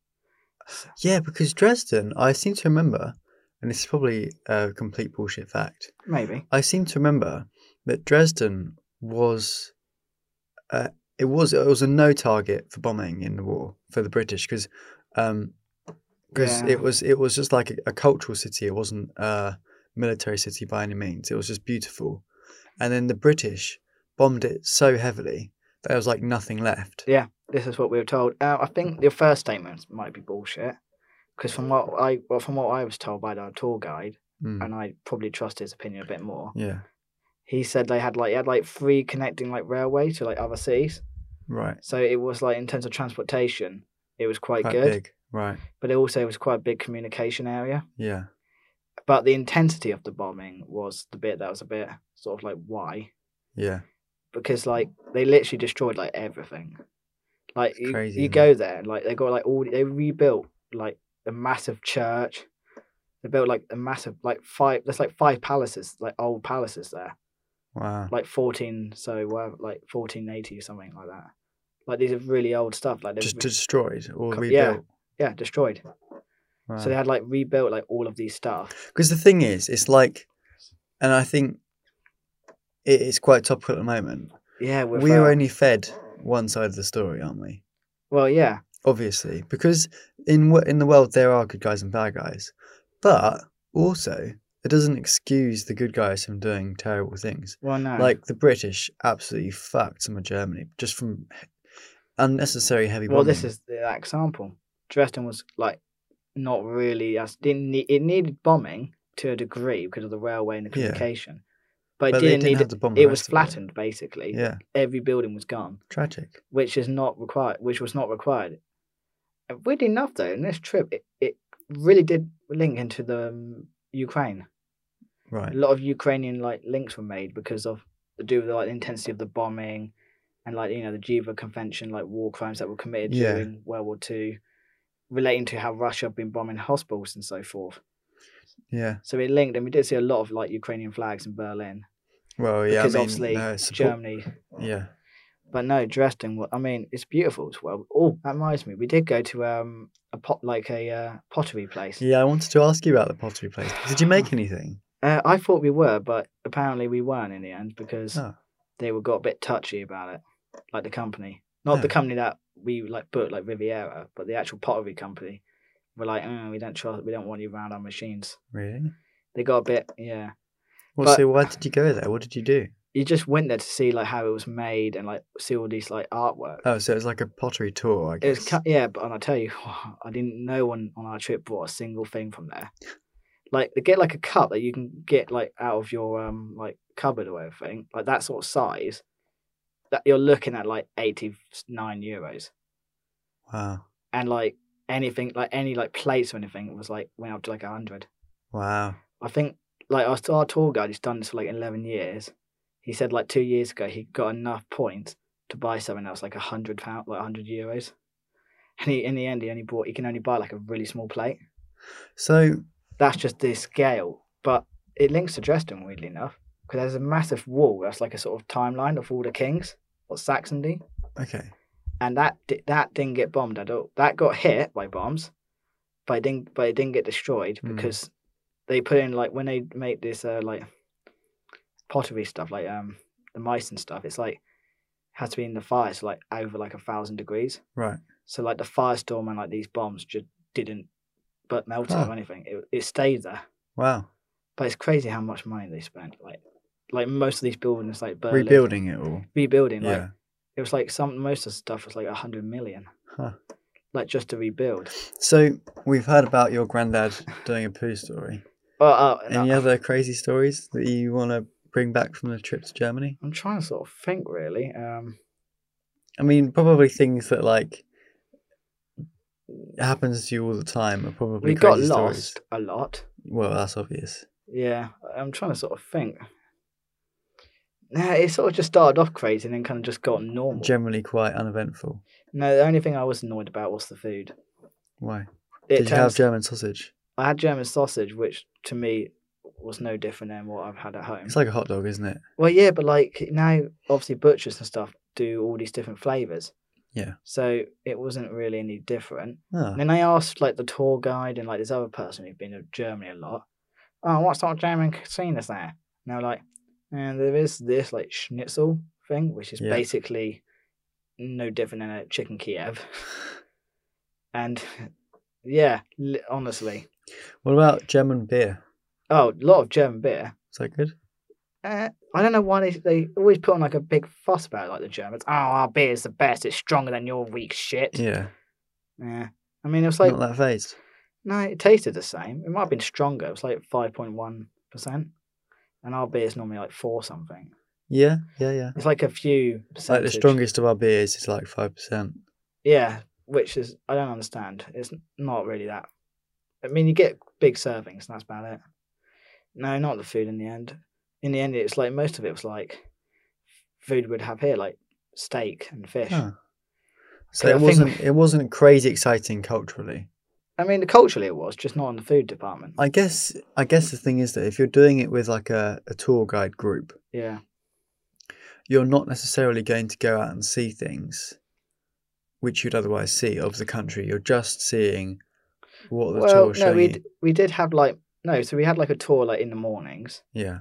[SPEAKER 2] Yeah, because Dresden, I seem to remember, and this is probably a complete bullshit fact.
[SPEAKER 1] Maybe
[SPEAKER 2] I seem to remember that Dresden was, uh, it was it was a no target for bombing in the war for the British because, um, because
[SPEAKER 1] Yeah.
[SPEAKER 2] it was it was just like a, a cultural city. It wasn't a military city by any means. It was just beautiful, and then the British bombed it so heavily that there was like nothing left.
[SPEAKER 1] this is what we were told. Uh, I think the first statements might be bullshit because from what I well, from what I was told by our tour guide,
[SPEAKER 2] Mm.
[SPEAKER 1] and I probably trust his opinion a bit more.
[SPEAKER 2] Yeah,
[SPEAKER 1] He said they had like he had like free connecting like railway to like other cities,
[SPEAKER 2] right.
[SPEAKER 1] so it was like in terms of transportation, it was quite,
[SPEAKER 2] Quite
[SPEAKER 1] good,
[SPEAKER 2] big, right?
[SPEAKER 1] but it also was quite a big communication area.
[SPEAKER 2] Yeah,
[SPEAKER 1] but the intensity of the bombing was the bit that was a bit sort of like why
[SPEAKER 2] yeah,
[SPEAKER 1] because like they literally destroyed like everything like
[SPEAKER 2] It's
[SPEAKER 1] you,
[SPEAKER 2] crazy,
[SPEAKER 1] you
[SPEAKER 2] isn't
[SPEAKER 1] go there like they got like all they rebuilt like a massive church they built like a massive like five there's like five palaces like old palaces there
[SPEAKER 2] wow.
[SPEAKER 1] like 14 so whatever, like 1480 or something like that like these are really old stuff like they've
[SPEAKER 2] Just
[SPEAKER 1] re-
[SPEAKER 2] destroyed or
[SPEAKER 1] Co-
[SPEAKER 2] rebuilt.
[SPEAKER 1] yeah. yeah destroyed
[SPEAKER 2] Wow.
[SPEAKER 1] so they had like rebuilt like all of these stuff
[SPEAKER 2] Because the thing is, it's like, and I think it is quite topical at the moment.
[SPEAKER 1] yeah with,
[SPEAKER 2] we are
[SPEAKER 1] uh,
[SPEAKER 2] only fed one side of the story, aren't we?
[SPEAKER 1] well yeah
[SPEAKER 2] Obviously, because in wo- in the world there are good guys and bad guys, but also it doesn't excuse the good guys from doing terrible things.
[SPEAKER 1] well no
[SPEAKER 2] Like the British absolutely fucked some of Germany just from he- unnecessary heavy bombing.
[SPEAKER 1] Well, this is the that example. Dresden was like not really as didn't need, it needed bombing to a degree because of the railway and the
[SPEAKER 2] Yeah.
[SPEAKER 1] communication, but it
[SPEAKER 2] But they
[SPEAKER 1] didn't,
[SPEAKER 2] didn't
[SPEAKER 1] need
[SPEAKER 2] have
[SPEAKER 1] it.
[SPEAKER 2] to bomb the
[SPEAKER 1] It was
[SPEAKER 2] rest of it.
[SPEAKER 1] flattened basically.
[SPEAKER 2] yeah
[SPEAKER 1] Every building was gone,
[SPEAKER 2] tragic.
[SPEAKER 1] which is not required. Which was not required. And Weirdly enough, though, in this trip, it, it really did link into the um, Ukraine.
[SPEAKER 2] Right.
[SPEAKER 1] A lot of Ukrainian like links were made because of to do with like the intensity of the bombing and like you know the Geneva Convention, like war crimes that were committed
[SPEAKER 2] Yeah.
[SPEAKER 1] during World War Two, relating to how Russia had been bombing hospitals and so forth.
[SPEAKER 2] Yeah.
[SPEAKER 1] So it linked, and we did see a lot of like Ukrainian flags in Berlin
[SPEAKER 2] Well, yeah. I
[SPEAKER 1] because
[SPEAKER 2] mean,
[SPEAKER 1] obviously
[SPEAKER 2] no, support-
[SPEAKER 1] Germany.
[SPEAKER 2] Yeah.
[SPEAKER 1] But no, Dresden. wa- I mean, it's beautiful as well. Oh, that reminds me, we did go to um a pot like a uh, pottery place.
[SPEAKER 2] Yeah, I wanted to ask you about the pottery place. Did you make anything?
[SPEAKER 1] Uh, I thought we were, but apparently we weren't in the end because
[SPEAKER 2] Oh.
[SPEAKER 1] they were got a bit touchy about it, like the company, not the
[SPEAKER 2] Oh.
[SPEAKER 1] company that we like booked, like Riviera, but the actual pottery company. We're like, oh, we don't trust, we don't want you around our machines.
[SPEAKER 2] Really?
[SPEAKER 1] They got a bit, yeah.
[SPEAKER 2] Well,
[SPEAKER 1] But-
[SPEAKER 2] so why did you go there? What did you do?
[SPEAKER 1] You just went there to see like how it was made and like see all these like artwork.
[SPEAKER 2] Oh, so it was like a pottery tour, I
[SPEAKER 1] It was
[SPEAKER 2] guess.
[SPEAKER 1] ki- yeah, but and I tell you, I didn't. No one on our trip brought a single thing from there. Like they get like a cup that you can get like out of your um like cupboard or everything, like that sort of size. That you're looking at like eighty nine euros,
[SPEAKER 2] Wow.
[SPEAKER 1] and like anything like any like plates or anything was like went up to like a hundred.
[SPEAKER 2] Wow.
[SPEAKER 1] I think like our, our tour guide who's done this for like eleven years. He said like two years ago he got enough points to buy something else like a hundred pound like hundred euros, and he in the end he only bought he can only buy like a really small plate.
[SPEAKER 2] So,
[SPEAKER 1] That's just the scale, but it links to Dresden weirdly enough because there's a massive wall that's like a sort of timeline of all the kings or Saxony,
[SPEAKER 2] okay.
[SPEAKER 1] and that di- that didn't get bombed at all. That got hit by bombs, but it didn't but it didn't get destroyed
[SPEAKER 2] Mm.
[SPEAKER 1] because they put in like when they make this uh, like pottery stuff like um the mice and stuff. It's like has to be in the fire, so like over like a thousand degrees.
[SPEAKER 2] Right.
[SPEAKER 1] So like the firestorm and like these bombs just didn't but melt it
[SPEAKER 2] Oh.
[SPEAKER 1] or anything. It it stayed there.
[SPEAKER 2] Wow.
[SPEAKER 1] But it's crazy how much money they spent. Like like most of these buildings like Berlin,
[SPEAKER 2] Rebuilding it all.
[SPEAKER 1] rebuilding like
[SPEAKER 2] yeah.
[SPEAKER 1] It was like some most of the stuff was like a hundred million,
[SPEAKER 2] Huh.
[SPEAKER 1] like just to rebuild.
[SPEAKER 2] So we've heard about your granddad doing a poo story.
[SPEAKER 1] Well, uh, and
[SPEAKER 2] Any
[SPEAKER 1] I-
[SPEAKER 2] other crazy stories that you want to bring back from the trip to Germany?
[SPEAKER 1] I'm trying to sort of think really. Um,
[SPEAKER 2] I mean, probably things that like happens to you all the time are probably
[SPEAKER 1] we got
[SPEAKER 2] crazy
[SPEAKER 1] lost
[SPEAKER 2] stories.
[SPEAKER 1] a lot.
[SPEAKER 2] Well, that's obvious.
[SPEAKER 1] Yeah, I'm trying to sort of think. Nah, it sort of just started off crazy and then kind of just got normal.
[SPEAKER 2] Generally quite uneventful.
[SPEAKER 1] no, the only thing I was annoyed about was the food.
[SPEAKER 2] Why?
[SPEAKER 1] It
[SPEAKER 2] Did you have
[SPEAKER 1] turns,
[SPEAKER 2] German sausage?
[SPEAKER 1] I had German sausage, which to me was no different than what I've had at home.
[SPEAKER 2] It's like a hot dog, isn't it?
[SPEAKER 1] Well, yeah, but like now, obviously, butchers and stuff do all these different flavors.
[SPEAKER 2] Yeah.
[SPEAKER 1] So it wasn't really any different.
[SPEAKER 2] Ah,
[SPEAKER 1] And then I asked like the tour guide and like this other person who'd been to Germany a lot, oh, what sort of German cuisine is there? And they were like, and there is this like schnitzel thing, which is
[SPEAKER 2] Yeah.
[SPEAKER 1] basically no different than a chicken Kiev. And yeah, li- honestly.
[SPEAKER 2] What about German beer?
[SPEAKER 1] Oh, a lot of German beer.
[SPEAKER 2] Is that good?
[SPEAKER 1] Uh, I don't know why they, they always put on like a big fuss about it, like the Germans. Oh, our beer is the best. It's stronger than your weak shit. Yeah.
[SPEAKER 2] Yeah.
[SPEAKER 1] I mean, it was like,
[SPEAKER 2] Not that phased.
[SPEAKER 1] no, it tasted the same. It might have been stronger. It was like 5.1%. And our beer is normally like 4 something.
[SPEAKER 2] Yeah, yeah, yeah.
[SPEAKER 1] It's like a few
[SPEAKER 2] Like the
[SPEAKER 1] percentage.
[SPEAKER 2] strongest of our beers is like five percent.
[SPEAKER 1] Yeah, which is, I don't understand. It's not really that. I mean, you get big servings, and that's about it. No, not the food in the end. In the end, it's like most of it was like food we'd have here, like steak and fish.
[SPEAKER 2] Huh. Ah. So
[SPEAKER 1] Okay, I
[SPEAKER 2] it
[SPEAKER 1] think-
[SPEAKER 2] wasn't it wasn't crazy exciting culturally.
[SPEAKER 1] I mean, culturally it was, just not in the food department.
[SPEAKER 2] I guess I guess the thing is that if you're doing it with like a, a tour guide group,
[SPEAKER 1] yeah,
[SPEAKER 2] you're not necessarily going to go out and see things which you'd otherwise see of the country. You're just seeing what the
[SPEAKER 1] well,
[SPEAKER 2] tour
[SPEAKER 1] no,
[SPEAKER 2] showing
[SPEAKER 1] we
[SPEAKER 2] you.
[SPEAKER 1] d- we did have like no, so we had like a tour like in the mornings,
[SPEAKER 2] Yeah.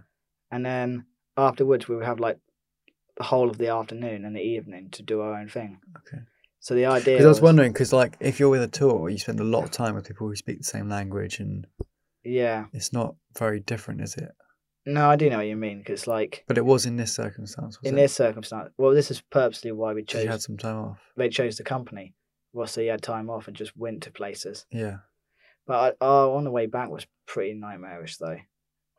[SPEAKER 1] and then afterwards we would have like the whole of the afternoon and the evening to do our own thing.
[SPEAKER 2] Okay.
[SPEAKER 1] So the idea.
[SPEAKER 2] Because I was wondering, because like if you're with a tour, you spend a lot of time with people who speak the same language, and
[SPEAKER 1] Yeah,
[SPEAKER 2] it's not very different, is it?
[SPEAKER 1] no, I do know what you mean because like
[SPEAKER 2] But it was in this circumstance. Was
[SPEAKER 1] in
[SPEAKER 2] it?
[SPEAKER 1] this circumstance, well, this is purposely why we
[SPEAKER 2] 'Cause
[SPEAKER 1] chose
[SPEAKER 2] you had some time off.
[SPEAKER 1] they chose the company. Well, so you had time off and just went to places.
[SPEAKER 2] Yeah.
[SPEAKER 1] But I, oh, on the way back was pretty nightmarish though.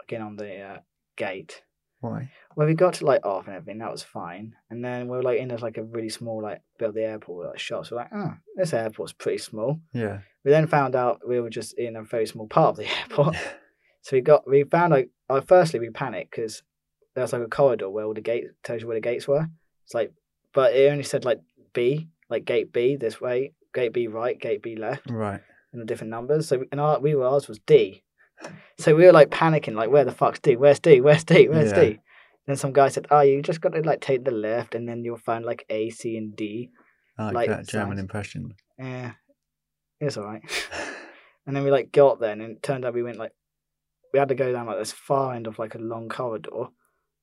[SPEAKER 1] Again on the uh, gate.
[SPEAKER 2] Why?
[SPEAKER 1] Well, we got to like off and everything, that was fine. And then we were like in this like a really small like bit of the airport like shops. We're like, oh, this airport's pretty small.
[SPEAKER 2] Yeah.
[SPEAKER 1] We then found out we were just in a very small part of the airport. so we got we found like uh, firstly we panicked because there was like a corridor where all the gate tells you where the gates were. It's like, but it only said like B, like gate B this way, gate B right, gate B left
[SPEAKER 2] Right.
[SPEAKER 1] and the different numbers. So and our we were ours was D. So we were like panicking, like where the fuck's D? Where's D? Where's D? Where's
[SPEAKER 2] Yeah.
[SPEAKER 1] D? Then some guy said, "Oh, you just got to like take the left, and then you'll find like A, C, and D."
[SPEAKER 2] I like,
[SPEAKER 1] Like
[SPEAKER 2] that German
[SPEAKER 1] sounds.
[SPEAKER 2] impression.
[SPEAKER 1] Yeah, it's all right. and then we like got there, and it turned out we went like we had to go down like this far end of like a long corridor,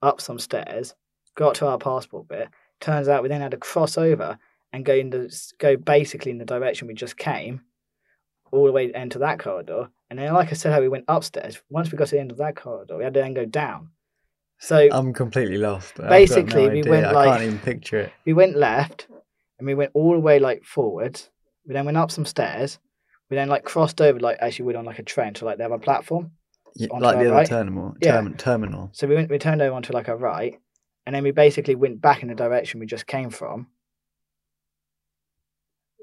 [SPEAKER 1] up some stairs, got to our passport bit. Turns out we then had to cross over and go in the go basically in the direction we just came, all the way into that corridor. And then, like I said, how we went upstairs. Once we got to the end of that corridor, we had to then go down. So
[SPEAKER 2] I'm completely lost. I've got no
[SPEAKER 1] Basically, we
[SPEAKER 2] idea.
[SPEAKER 1] went
[SPEAKER 2] I
[SPEAKER 1] like-
[SPEAKER 2] can't even picture it.
[SPEAKER 1] we went left and we went all the way like forward. We then went up some stairs. We then like crossed over like as you would on like a train to like the other platform.
[SPEAKER 2] Y-
[SPEAKER 1] onto
[SPEAKER 2] Like
[SPEAKER 1] our
[SPEAKER 2] the other
[SPEAKER 1] right.
[SPEAKER 2] terminal.
[SPEAKER 1] Yeah.
[SPEAKER 2] Termin- terminal.
[SPEAKER 1] So we went we turned over onto like a right and then we basically went back in the direction we just came from.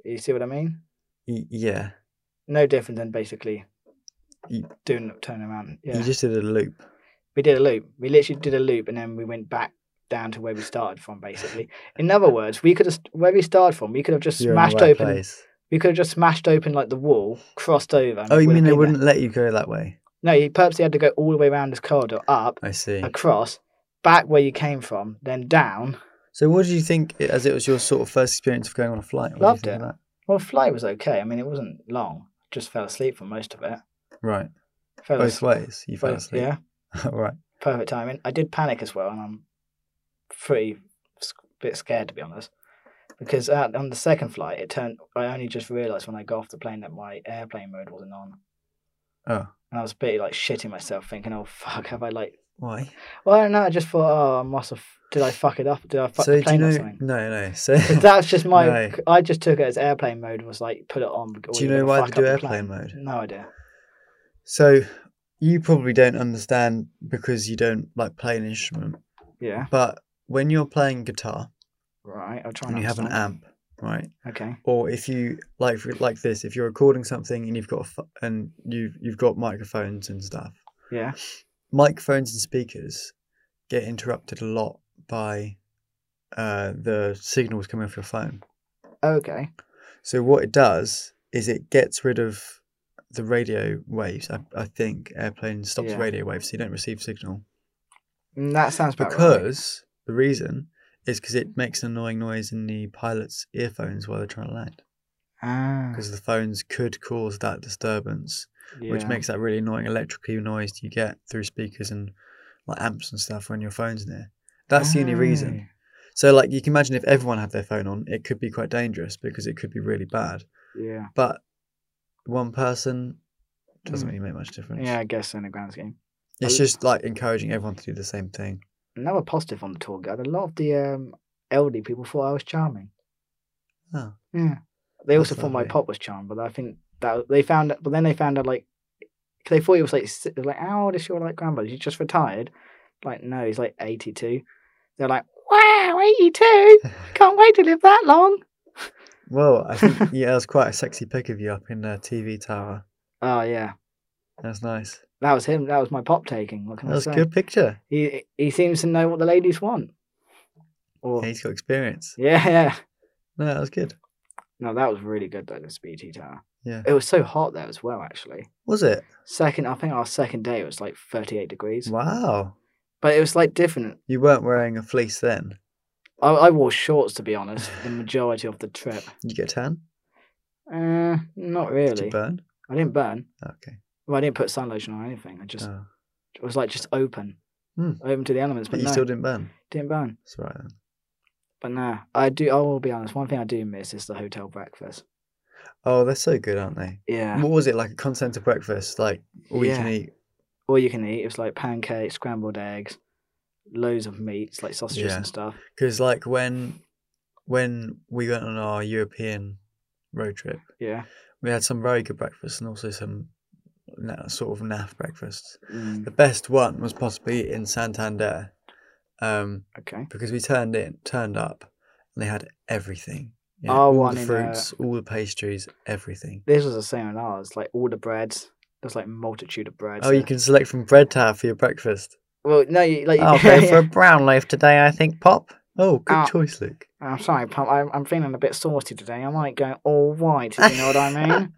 [SPEAKER 1] You see what I mean?
[SPEAKER 2] Y- yeah.
[SPEAKER 1] No different than basically
[SPEAKER 2] You-
[SPEAKER 1] doing a turn around. Yeah.
[SPEAKER 2] You just did a loop.
[SPEAKER 1] we did a loop. We literally did a loop, and then we went back down to where we started from. Basically, in other words, we could have where we started from. We could have just
[SPEAKER 2] You're in the
[SPEAKER 1] smashed
[SPEAKER 2] right
[SPEAKER 1] open.
[SPEAKER 2] place.
[SPEAKER 1] We could have just smashed open like the wall, crossed over. and
[SPEAKER 2] Oh,
[SPEAKER 1] it
[SPEAKER 2] you
[SPEAKER 1] would have
[SPEAKER 2] mean they
[SPEAKER 1] been there.
[SPEAKER 2] wouldn't let you go that way?
[SPEAKER 1] No, you purposely had to go all the way around this corridor, up,
[SPEAKER 2] I see.
[SPEAKER 1] across, back where you came from, then down.
[SPEAKER 2] So, what did you think i- as it was your sort of first experience of going on a flight? What did you
[SPEAKER 1] Loved
[SPEAKER 2] think of
[SPEAKER 1] Well, flight was okay. I mean, it wasn't long. Just fell asleep for most of it.
[SPEAKER 2] that? Right.
[SPEAKER 1] Fell
[SPEAKER 2] Both
[SPEAKER 1] asleep.
[SPEAKER 2] ways. You fell
[SPEAKER 1] both-
[SPEAKER 2] asleep.
[SPEAKER 1] Yeah,
[SPEAKER 2] right.
[SPEAKER 1] perfect timing. I did panic as well, and I'm pretty s- bit scared to be honest. Because out on the second flight, it turned. I only just realised when I got off the plane that my airplane mode wasn't on,
[SPEAKER 2] Oh,
[SPEAKER 1] and I was a bit like shitting myself, thinking, "Oh fuck, have I like
[SPEAKER 2] Why?
[SPEAKER 1] Well, I don't know. I just thought, oh, I must have. Did I fuck it up? Did I fuck
[SPEAKER 2] so
[SPEAKER 1] the
[SPEAKER 2] do you
[SPEAKER 1] plane
[SPEAKER 2] know?
[SPEAKER 1] or something?
[SPEAKER 2] No, no. So
[SPEAKER 1] 'Cause That's just my.
[SPEAKER 2] No.
[SPEAKER 1] I just took it as airplane mode. Was like put it on. or
[SPEAKER 2] do you
[SPEAKER 1] you're
[SPEAKER 2] know
[SPEAKER 1] gonna
[SPEAKER 2] why they
[SPEAKER 1] fuck
[SPEAKER 2] do
[SPEAKER 1] up the plane.
[SPEAKER 2] airplane mode?
[SPEAKER 1] No idea.
[SPEAKER 2] So you probably don't understand because you don't like play an instrument.
[SPEAKER 1] Yeah.
[SPEAKER 2] But when you're playing guitar
[SPEAKER 1] Right. I'll try.
[SPEAKER 2] and
[SPEAKER 1] and
[SPEAKER 2] you have an
[SPEAKER 1] understand.
[SPEAKER 2] amp, right?
[SPEAKER 1] Okay.
[SPEAKER 2] Or if you like for- like this, if you're recording something and you've got a ph- and you you've got microphones and stuff.
[SPEAKER 1] Yeah.
[SPEAKER 2] Microphones and speakers get interrupted a lot by uh, the signals coming off your phone.
[SPEAKER 1] Okay.
[SPEAKER 2] So what it does is it gets rid of the radio waves. I, I think airplane stops
[SPEAKER 1] Yeah.
[SPEAKER 2] radio waves, so you don't receive signal.
[SPEAKER 1] Mm, That sounds about right.
[SPEAKER 2] Because the reason is because it makes an annoying noise in the pilot's earphones while they're trying to land.
[SPEAKER 1] Ah,
[SPEAKER 2] Because the phones could cause that disturbance, which
[SPEAKER 1] yeah.
[SPEAKER 2] makes that really annoying electrical noise you get through speakers and like amps and stuff when your phone's near. That's the only reason. So like you can imagine if everyone had their phone on, it could be quite dangerous because it could be really bad.
[SPEAKER 1] Ah, Yeah.
[SPEAKER 2] but one person doesn't
[SPEAKER 1] Mm.
[SPEAKER 2] really make much difference.
[SPEAKER 1] Yeah, I guess in a grand scheme.
[SPEAKER 2] It's
[SPEAKER 1] I-
[SPEAKER 2] just like encouraging everyone to do the same thing.
[SPEAKER 1] Another positive on the tour guide. A lot of the um, elderly people thought I was charming.
[SPEAKER 2] Oh.
[SPEAKER 1] Yeah. They
[SPEAKER 2] That's
[SPEAKER 1] also thought my
[SPEAKER 2] lovely.
[SPEAKER 1] pop was charming, but I think that they found. But then they found out like, 'cause they thought he was like, si- they were like how old is your like grandpa? He's just retired. Like no, he's like eighty two. They're like, wow, eighty two. Can't wait to live that long.
[SPEAKER 2] well, I think yeah, that was quite a sexy pic of you up in the TV tower.
[SPEAKER 1] Oh yeah,
[SPEAKER 2] That's nice.
[SPEAKER 1] that was him. That was my pop taking. What can
[SPEAKER 2] That was
[SPEAKER 1] I
[SPEAKER 2] a
[SPEAKER 1] say?
[SPEAKER 2] good picture.
[SPEAKER 1] He he seems to know what the ladies want. Or
[SPEAKER 2] Yeah, he's got experience.
[SPEAKER 1] yeah, yeah.
[SPEAKER 2] No, that was good.
[SPEAKER 1] No, that was really good though. The speed guitar.
[SPEAKER 2] Yeah.
[SPEAKER 1] It was so hot there as well. Actually,
[SPEAKER 2] Was it?
[SPEAKER 1] second, I think our second day it was like thirty-eight degrees,
[SPEAKER 2] Wow.
[SPEAKER 1] but it was like different.
[SPEAKER 2] You weren't wearing a fleece then.
[SPEAKER 1] I, I wore shorts to be honest. The majority of the trip.
[SPEAKER 2] Did you get a tan?
[SPEAKER 1] Uh, not
[SPEAKER 2] Did you
[SPEAKER 1] really.
[SPEAKER 2] burn?
[SPEAKER 1] I didn't burn.
[SPEAKER 2] Okay.
[SPEAKER 1] Well, I didn't put sun lotion on or anything. I just
[SPEAKER 2] Oh.
[SPEAKER 1] it was like just open,
[SPEAKER 2] Hmm.
[SPEAKER 1] open to the elements.
[SPEAKER 2] But
[SPEAKER 1] But,
[SPEAKER 2] you
[SPEAKER 1] no,
[SPEAKER 2] still didn't burn.
[SPEAKER 1] didn't burn.
[SPEAKER 2] That's all right then.
[SPEAKER 1] But nah, I do. I will be honest. One thing I do miss is the hotel breakfast.
[SPEAKER 2] Oh, they're so good, aren't they?
[SPEAKER 1] Yeah.
[SPEAKER 2] What was it like? A continental breakfast, like all you can
[SPEAKER 1] Yeah.
[SPEAKER 2] eat.
[SPEAKER 1] all you can eat. It was like pancakes, scrambled eggs, loads of meats, like sausages
[SPEAKER 2] Yeah.
[SPEAKER 1] and stuff.
[SPEAKER 2] because like when when we went on our European road trip,
[SPEAKER 1] Yeah.
[SPEAKER 2] we had some very good breakfasts and also some na- sort of naff breakfasts.
[SPEAKER 1] Mm,
[SPEAKER 2] The best one was possibly in Santander, um,
[SPEAKER 1] okay.
[SPEAKER 2] because we turned in turned up and they had everything. You
[SPEAKER 1] Our
[SPEAKER 2] all
[SPEAKER 1] one
[SPEAKER 2] the
[SPEAKER 1] in, uh,
[SPEAKER 2] fruits, all the pastries, everything.
[SPEAKER 1] This was the same in ours. Like all the breads. There's like multitude of breads.
[SPEAKER 2] Oh, you
[SPEAKER 1] there.
[SPEAKER 2] can select from bread tab for your breakfast.
[SPEAKER 1] Well, no, you, like.
[SPEAKER 2] I'll Oh, go for a brown loaf today, I think, Pop. Oh, good
[SPEAKER 1] Oh.
[SPEAKER 2] choice, Luke.
[SPEAKER 1] I'm sorry, Pop. I'm, I'm feeling a bit saucy today. I might go all white. If you know what I mean?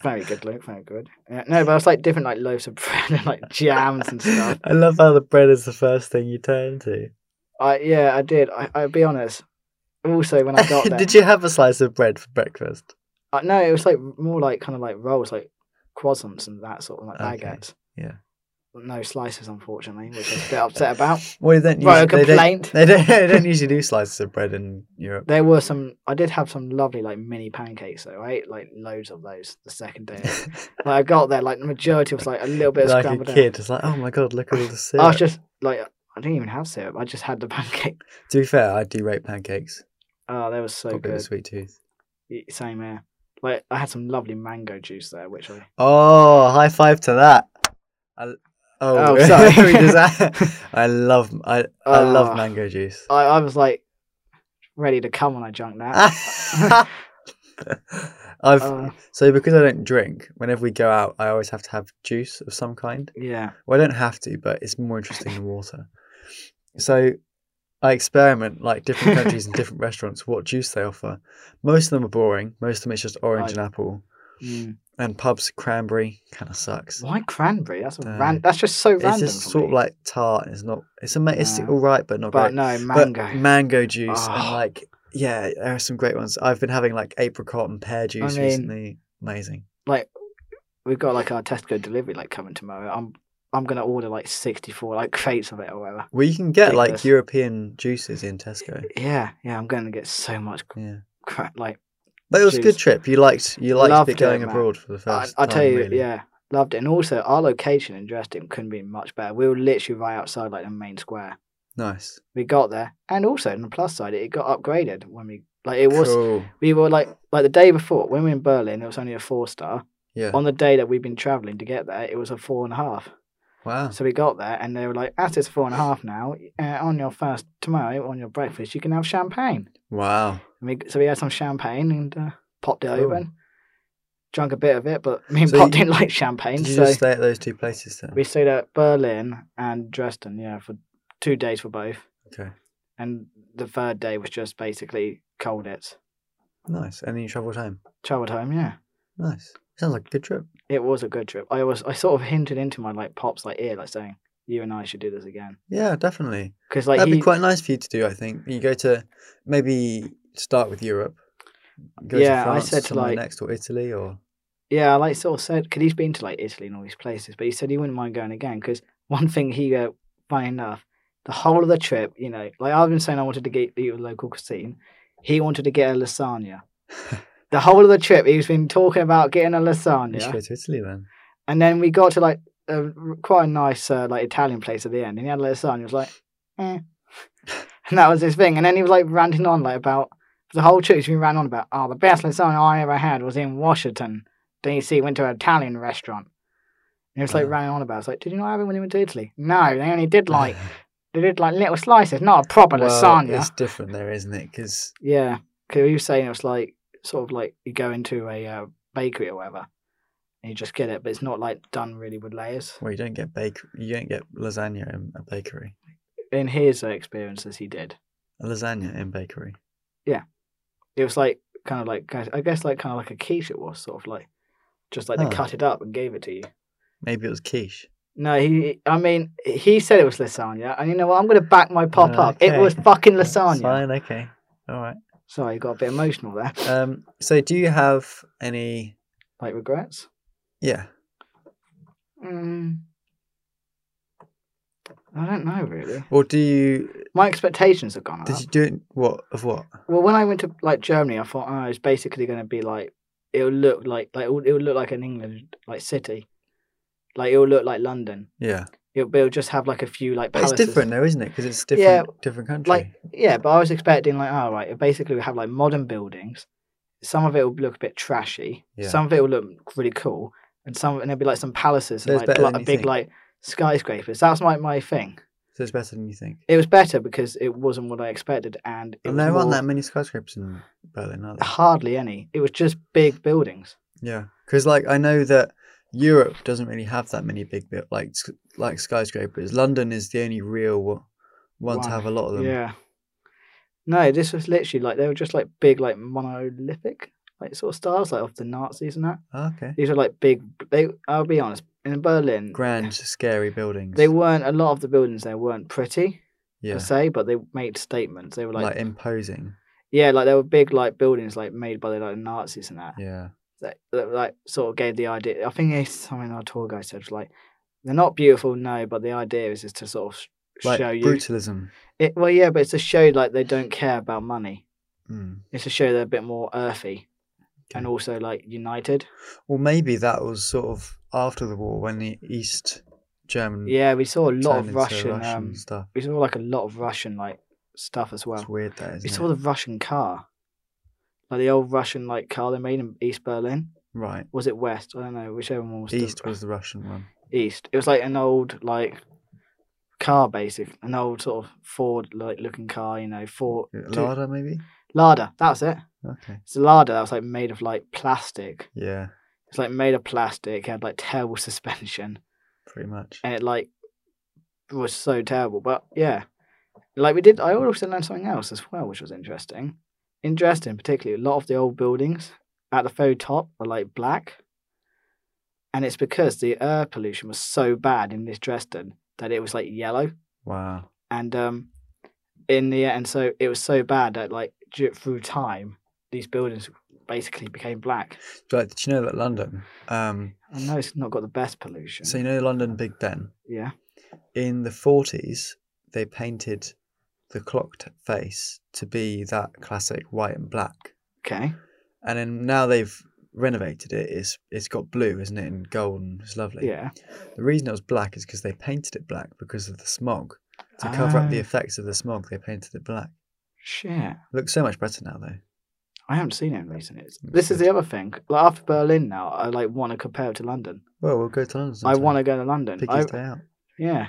[SPEAKER 1] Very good, Luke. Very good. Yeah, no, but it's like different, like loaves of bread and like jams and stuff.
[SPEAKER 2] I love how the bread is the first thing you turn to.
[SPEAKER 1] I yeah, I did. I, I'll be honest. Also, when I got there,
[SPEAKER 2] Did you have a slice of bread for breakfast?
[SPEAKER 1] Uh, no, it was like more like kind of like rolls, like croissants and that sort of like
[SPEAKER 2] Okay,
[SPEAKER 1] baguettes.
[SPEAKER 2] yeah.
[SPEAKER 1] No slices, unfortunately, which I was a bit upset about.
[SPEAKER 2] Well, they don't
[SPEAKER 1] Right, a
[SPEAKER 2] usually, they don't-
[SPEAKER 1] complaint.
[SPEAKER 2] They don't, they don't usually do slices of bread in Europe.
[SPEAKER 1] There were some. I did have some lovely like mini pancakes though. I ate like loads of those the second day. like I got there, like the majority was like a little bit of
[SPEAKER 2] like a
[SPEAKER 1] scrambled
[SPEAKER 2] kid, it's like, oh my god, look at all the
[SPEAKER 1] egg. I was
[SPEAKER 2] syrup.
[SPEAKER 1] just like I didn't even have syrup. I just had the pancake.
[SPEAKER 2] To be fair, I do rate pancakes.
[SPEAKER 1] Oh, they were so
[SPEAKER 2] Got a bit of a
[SPEAKER 1] good.
[SPEAKER 2] sweet tooth.
[SPEAKER 1] Y- Same here. Like I had some lovely mango juice there, which I
[SPEAKER 2] Oh, high five to that. I, oh,
[SPEAKER 1] Oh,
[SPEAKER 2] we-
[SPEAKER 1] sorry.
[SPEAKER 2] we did that. I love I I
[SPEAKER 1] Ah.
[SPEAKER 2] love mango juice.
[SPEAKER 1] I, I was like ready to come when I drank that.
[SPEAKER 2] Ah, I've
[SPEAKER 1] Uh,
[SPEAKER 2] so because I don't drink. Whenever we go out, I always have to have juice of some kind.
[SPEAKER 1] yeah.
[SPEAKER 2] Well, I don't have to, but it's more interesting than water. So I experiment like different countries and different restaurants, what juice they offer. Most of them are boring. Most of them it's just orange
[SPEAKER 1] Right.
[SPEAKER 2] and apple.
[SPEAKER 1] Mm.
[SPEAKER 2] And pubs, cranberry kind of sucks.
[SPEAKER 1] Why cranberry? That's a
[SPEAKER 2] No.
[SPEAKER 1] ran- That's just so
[SPEAKER 2] Uh, It's
[SPEAKER 1] random.
[SPEAKER 2] just
[SPEAKER 1] for
[SPEAKER 2] sort of
[SPEAKER 1] me.
[SPEAKER 2] like tart. It's not. It's ama- It's
[SPEAKER 1] No.
[SPEAKER 2] all right, but not
[SPEAKER 1] but
[SPEAKER 2] great.
[SPEAKER 1] no
[SPEAKER 2] But
[SPEAKER 1] mango.
[SPEAKER 2] mango juice and
[SPEAKER 1] Oh.
[SPEAKER 2] like yeah, there are some great ones. I've been having like apricot and pear juice
[SPEAKER 1] mean-
[SPEAKER 2] recently. Amazing.
[SPEAKER 1] We've got like our Tesco delivery like coming tomorrow. I'm I'm gonna order like sixty four like crates of it or whatever.
[SPEAKER 2] Well, you can get like
[SPEAKER 1] Ridiculous.
[SPEAKER 2] European juices in Tesco.
[SPEAKER 1] Yeah, yeah. I'm gonna get so much cr-
[SPEAKER 2] Yeah.
[SPEAKER 1] crap. Like
[SPEAKER 2] But it was a good
[SPEAKER 1] Jeez.
[SPEAKER 2] trip. You liked you liked
[SPEAKER 1] Loved
[SPEAKER 2] it going
[SPEAKER 1] it, man.
[SPEAKER 2] abroad for the
[SPEAKER 1] I,
[SPEAKER 2] first
[SPEAKER 1] I
[SPEAKER 2] time.
[SPEAKER 1] tell you,
[SPEAKER 2] really.
[SPEAKER 1] yeah. Loved it. And also, our location in Dresden couldn't be much better. We were literally right outside like the main square.
[SPEAKER 2] Nice.
[SPEAKER 1] We got there, and also on the plus side, it got upgraded when we like it was.
[SPEAKER 2] Cool.
[SPEAKER 1] We were like like the day before when we were in Berlin, it was only a four star.
[SPEAKER 2] Yeah.
[SPEAKER 1] On the day that we'd been traveling to get there, it was a four and a half.
[SPEAKER 2] wow.
[SPEAKER 1] So we got there, and they were like, "As it's four and a half now, uh, on your first tomorrow on your breakfast, you can have champagne."
[SPEAKER 2] Wow.
[SPEAKER 1] And we, so we had some champagne and uh, popped it
[SPEAKER 2] Cool.
[SPEAKER 1] open, drunk a bit of it, but me and
[SPEAKER 2] So
[SPEAKER 1] Pop
[SPEAKER 2] you-
[SPEAKER 1] didn't like champagne,
[SPEAKER 2] Did you
[SPEAKER 1] so
[SPEAKER 2] just uh, stay at those two places then?
[SPEAKER 1] we stayed at Berlin and Dresden, yeah, for two days for both,
[SPEAKER 2] Okay.
[SPEAKER 1] and the third day was just basically cold. It's
[SPEAKER 2] Nice. And then you travelled home.
[SPEAKER 1] traveled home, yeah.
[SPEAKER 2] Nice. Sounds like a good trip.
[SPEAKER 1] It was a good trip. I was I sort of hinted into my like Pop's like ear, like saying, "You and I should do this again,"
[SPEAKER 2] Yeah, definitely.
[SPEAKER 1] because like
[SPEAKER 2] That'd
[SPEAKER 1] he,
[SPEAKER 2] be quite nice for you to do, I think. You go to maybe start with Europe. Go
[SPEAKER 1] Yeah, I
[SPEAKER 2] to France,
[SPEAKER 1] said to,
[SPEAKER 2] somewhere
[SPEAKER 1] like-
[SPEAKER 2] next or Italy or
[SPEAKER 1] Yeah, I like sort of said, because he's been to like Italy and all these places, but he said he wouldn't mind going again because one thing he, uh, funny enough, the whole of the trip, you know, like I've been saying I wanted to get the local cuisine, he wanted to get a lasagna. the whole of the trip, he's been talking about getting a
[SPEAKER 2] you should
[SPEAKER 1] lasagna.
[SPEAKER 2] go to Italy then.
[SPEAKER 1] And then we got to like a, r- quite a nice uh, like Italian place at the end, and he had a lasagna. He was like, eh. and that was his thing. And then he was like ranting on like about the whole trip. He's been ranting on about, oh, the best lasagna I ever had was in Washington, D.C. Went to an Italian restaurant. And he was like
[SPEAKER 2] Uh-huh.
[SPEAKER 1] ranting on about. It's like, did you not have it when you went to Italy? No, they only did like they did like little slices, not a proper
[SPEAKER 2] Well,
[SPEAKER 1] lasagna.
[SPEAKER 2] It's different there, isn't it? Because
[SPEAKER 1] Yeah, because you were saying it was like sort of like you go into a uh, bakery or whatever, and you just get it, but it's not like done really with layers.
[SPEAKER 2] well, you don't get bake, you don't get lasagna in a bakery.
[SPEAKER 1] in his uh, experiences, he did.
[SPEAKER 2] A lasagna in bakery.
[SPEAKER 1] It was like kind of like I guess like kind of like a quiche. It was sort of like just like
[SPEAKER 2] Oh.
[SPEAKER 1] they cut it up and gave it to you.
[SPEAKER 2] Maybe it was quiche.
[SPEAKER 1] No, he. I mean, he said it was lasagna, and you know what? I'm going to back my pop up. It
[SPEAKER 2] Okay.
[SPEAKER 1] was fucking
[SPEAKER 2] That's
[SPEAKER 1] lasagna.
[SPEAKER 2] Fine. Okay. All right.
[SPEAKER 1] Sorry, got a bit emotional there.
[SPEAKER 2] Um. So, do you have any?
[SPEAKER 1] like regrets?
[SPEAKER 2] Yeah.
[SPEAKER 1] Mm. I don't know really.
[SPEAKER 2] Or do you?
[SPEAKER 1] My expectations have gone up.
[SPEAKER 2] Did you do it? What of what?
[SPEAKER 1] Well, when I went to like Germany, I thought oh, it's basically going to be like it'll look like like it'll it'll look like an England like city, like it'll look like London.
[SPEAKER 2] Yeah.
[SPEAKER 1] It'll, it'll just have like a few like
[SPEAKER 2] But it's
[SPEAKER 1] palaces.
[SPEAKER 2] different though, isn't it? Because it's different.
[SPEAKER 1] Yeah,
[SPEAKER 2] Different country.
[SPEAKER 1] like- Yeah, but I was expecting like oh right, basically we have like modern buildings. Some of it will look a bit trashy.
[SPEAKER 2] Yeah.
[SPEAKER 1] Some of it will look really cool, and some and there'll be like some palaces and
[SPEAKER 2] That's
[SPEAKER 1] like
[SPEAKER 2] better
[SPEAKER 1] blo-
[SPEAKER 2] than
[SPEAKER 1] a
[SPEAKER 2] you
[SPEAKER 1] big
[SPEAKER 2] think.
[SPEAKER 1] like skyscrapers. That's my my thing.
[SPEAKER 2] so it's better than you think.
[SPEAKER 1] It was better because it wasn't what I expected, and it
[SPEAKER 2] And
[SPEAKER 1] was
[SPEAKER 2] there aren't
[SPEAKER 1] more-
[SPEAKER 2] that many skyscrapers in Berlin, are there?
[SPEAKER 1] hardly any. It was just big buildings.
[SPEAKER 2] Yeah, because like I know that Europe doesn't really have that many big bit like s- like skyscrapers. London is the only real one, one to
[SPEAKER 1] One,
[SPEAKER 2] have a lot of them.
[SPEAKER 1] Yeah. No, this was literally like they were just like big, like monolithic, like sort of stars, like of the Nazis and that.
[SPEAKER 2] Ah, Okay.
[SPEAKER 1] These were like big. They, I'll be honest, in Berlin,
[SPEAKER 2] Grand, scary buildings.
[SPEAKER 1] they weren't a lot of the buildings there weren't pretty
[SPEAKER 2] yeah,
[SPEAKER 1] per se, but they made statements. They were
[SPEAKER 2] like,
[SPEAKER 1] like,
[SPEAKER 2] imposing.
[SPEAKER 1] yeah, like they were big, like buildings, like made by the like Nazis and that.
[SPEAKER 2] Yeah.
[SPEAKER 1] That, that like sort of gave the idea. I think it's something our tour guide said was like, they're not beautiful, no, but the idea is is to sort of sh-
[SPEAKER 2] Like
[SPEAKER 1] show you.
[SPEAKER 2] brutalism.
[SPEAKER 1] It, well, yeah, but it's to show like they don't care about money.
[SPEAKER 2] Mm.
[SPEAKER 1] It's to show they're a bit more earthy and
[SPEAKER 2] Okay.
[SPEAKER 1] also like united.
[SPEAKER 2] Well, maybe that was sort of after the war when the East German
[SPEAKER 1] Yeah, we saw a lot
[SPEAKER 2] turned
[SPEAKER 1] of
[SPEAKER 2] Mm. into
[SPEAKER 1] Russian. Um,
[SPEAKER 2] stuff.
[SPEAKER 1] we saw like a lot of Russian like stuff as
[SPEAKER 2] it's
[SPEAKER 1] well.
[SPEAKER 2] weird that isn't
[SPEAKER 1] We
[SPEAKER 2] it?
[SPEAKER 1] saw the Russian car, like the old Russian like car they made in East Berlin.
[SPEAKER 2] right.
[SPEAKER 1] Was it West? I don't know. Whichever one was the-
[SPEAKER 2] East was the Russian one.
[SPEAKER 1] East. It was like an old like car, basic, an old sort of Ford like looking car. You know, Ford two-
[SPEAKER 2] Lada, maybe.
[SPEAKER 1] Lada. That was it.
[SPEAKER 2] Okay.
[SPEAKER 1] It's a Lada that was like made of like plastic.
[SPEAKER 2] Yeah,
[SPEAKER 1] It's like made of plastic. Had like terrible suspension.
[SPEAKER 2] pretty much.
[SPEAKER 1] and it like was so terrible. But yeah, like we did. I also learned something else as well, which was interesting. In Dresden, particularly, a lot of the old buildings at the very top are like black, and it's because the air pollution was so bad in this Dresden that it was like yellow,
[SPEAKER 2] Wow.
[SPEAKER 1] and um, in the and so it was so bad that like ju- through time these buildings basically became black.
[SPEAKER 2] Like, did you know that London? Um,
[SPEAKER 1] I know it's not got the best pollution.
[SPEAKER 2] so you know London Big Ben.
[SPEAKER 1] yeah,
[SPEAKER 2] In the forties, they painted the clocked face to be that classic white and black,
[SPEAKER 1] okay,
[SPEAKER 2] and then now they've renovated it, it's it's got blue, isn't it, and gold, and it's lovely.
[SPEAKER 1] Yeah.
[SPEAKER 2] The reason it was black is because they painted it black because of the smog. To cover up the
[SPEAKER 1] Oh.
[SPEAKER 2] effects of the smog, they painted it black.
[SPEAKER 1] Shit.
[SPEAKER 2] Looks so much better now, though.
[SPEAKER 1] I haven't seen it in recent years.
[SPEAKER 2] It's
[SPEAKER 1] This is
[SPEAKER 2] good.
[SPEAKER 1] the other thing. Like after Berlin now, I like want to compare it to London.
[SPEAKER 2] Well, we'll go to London.
[SPEAKER 1] I want to go to London.
[SPEAKER 2] pick
[SPEAKER 1] I-
[SPEAKER 2] his day out.
[SPEAKER 1] yeah.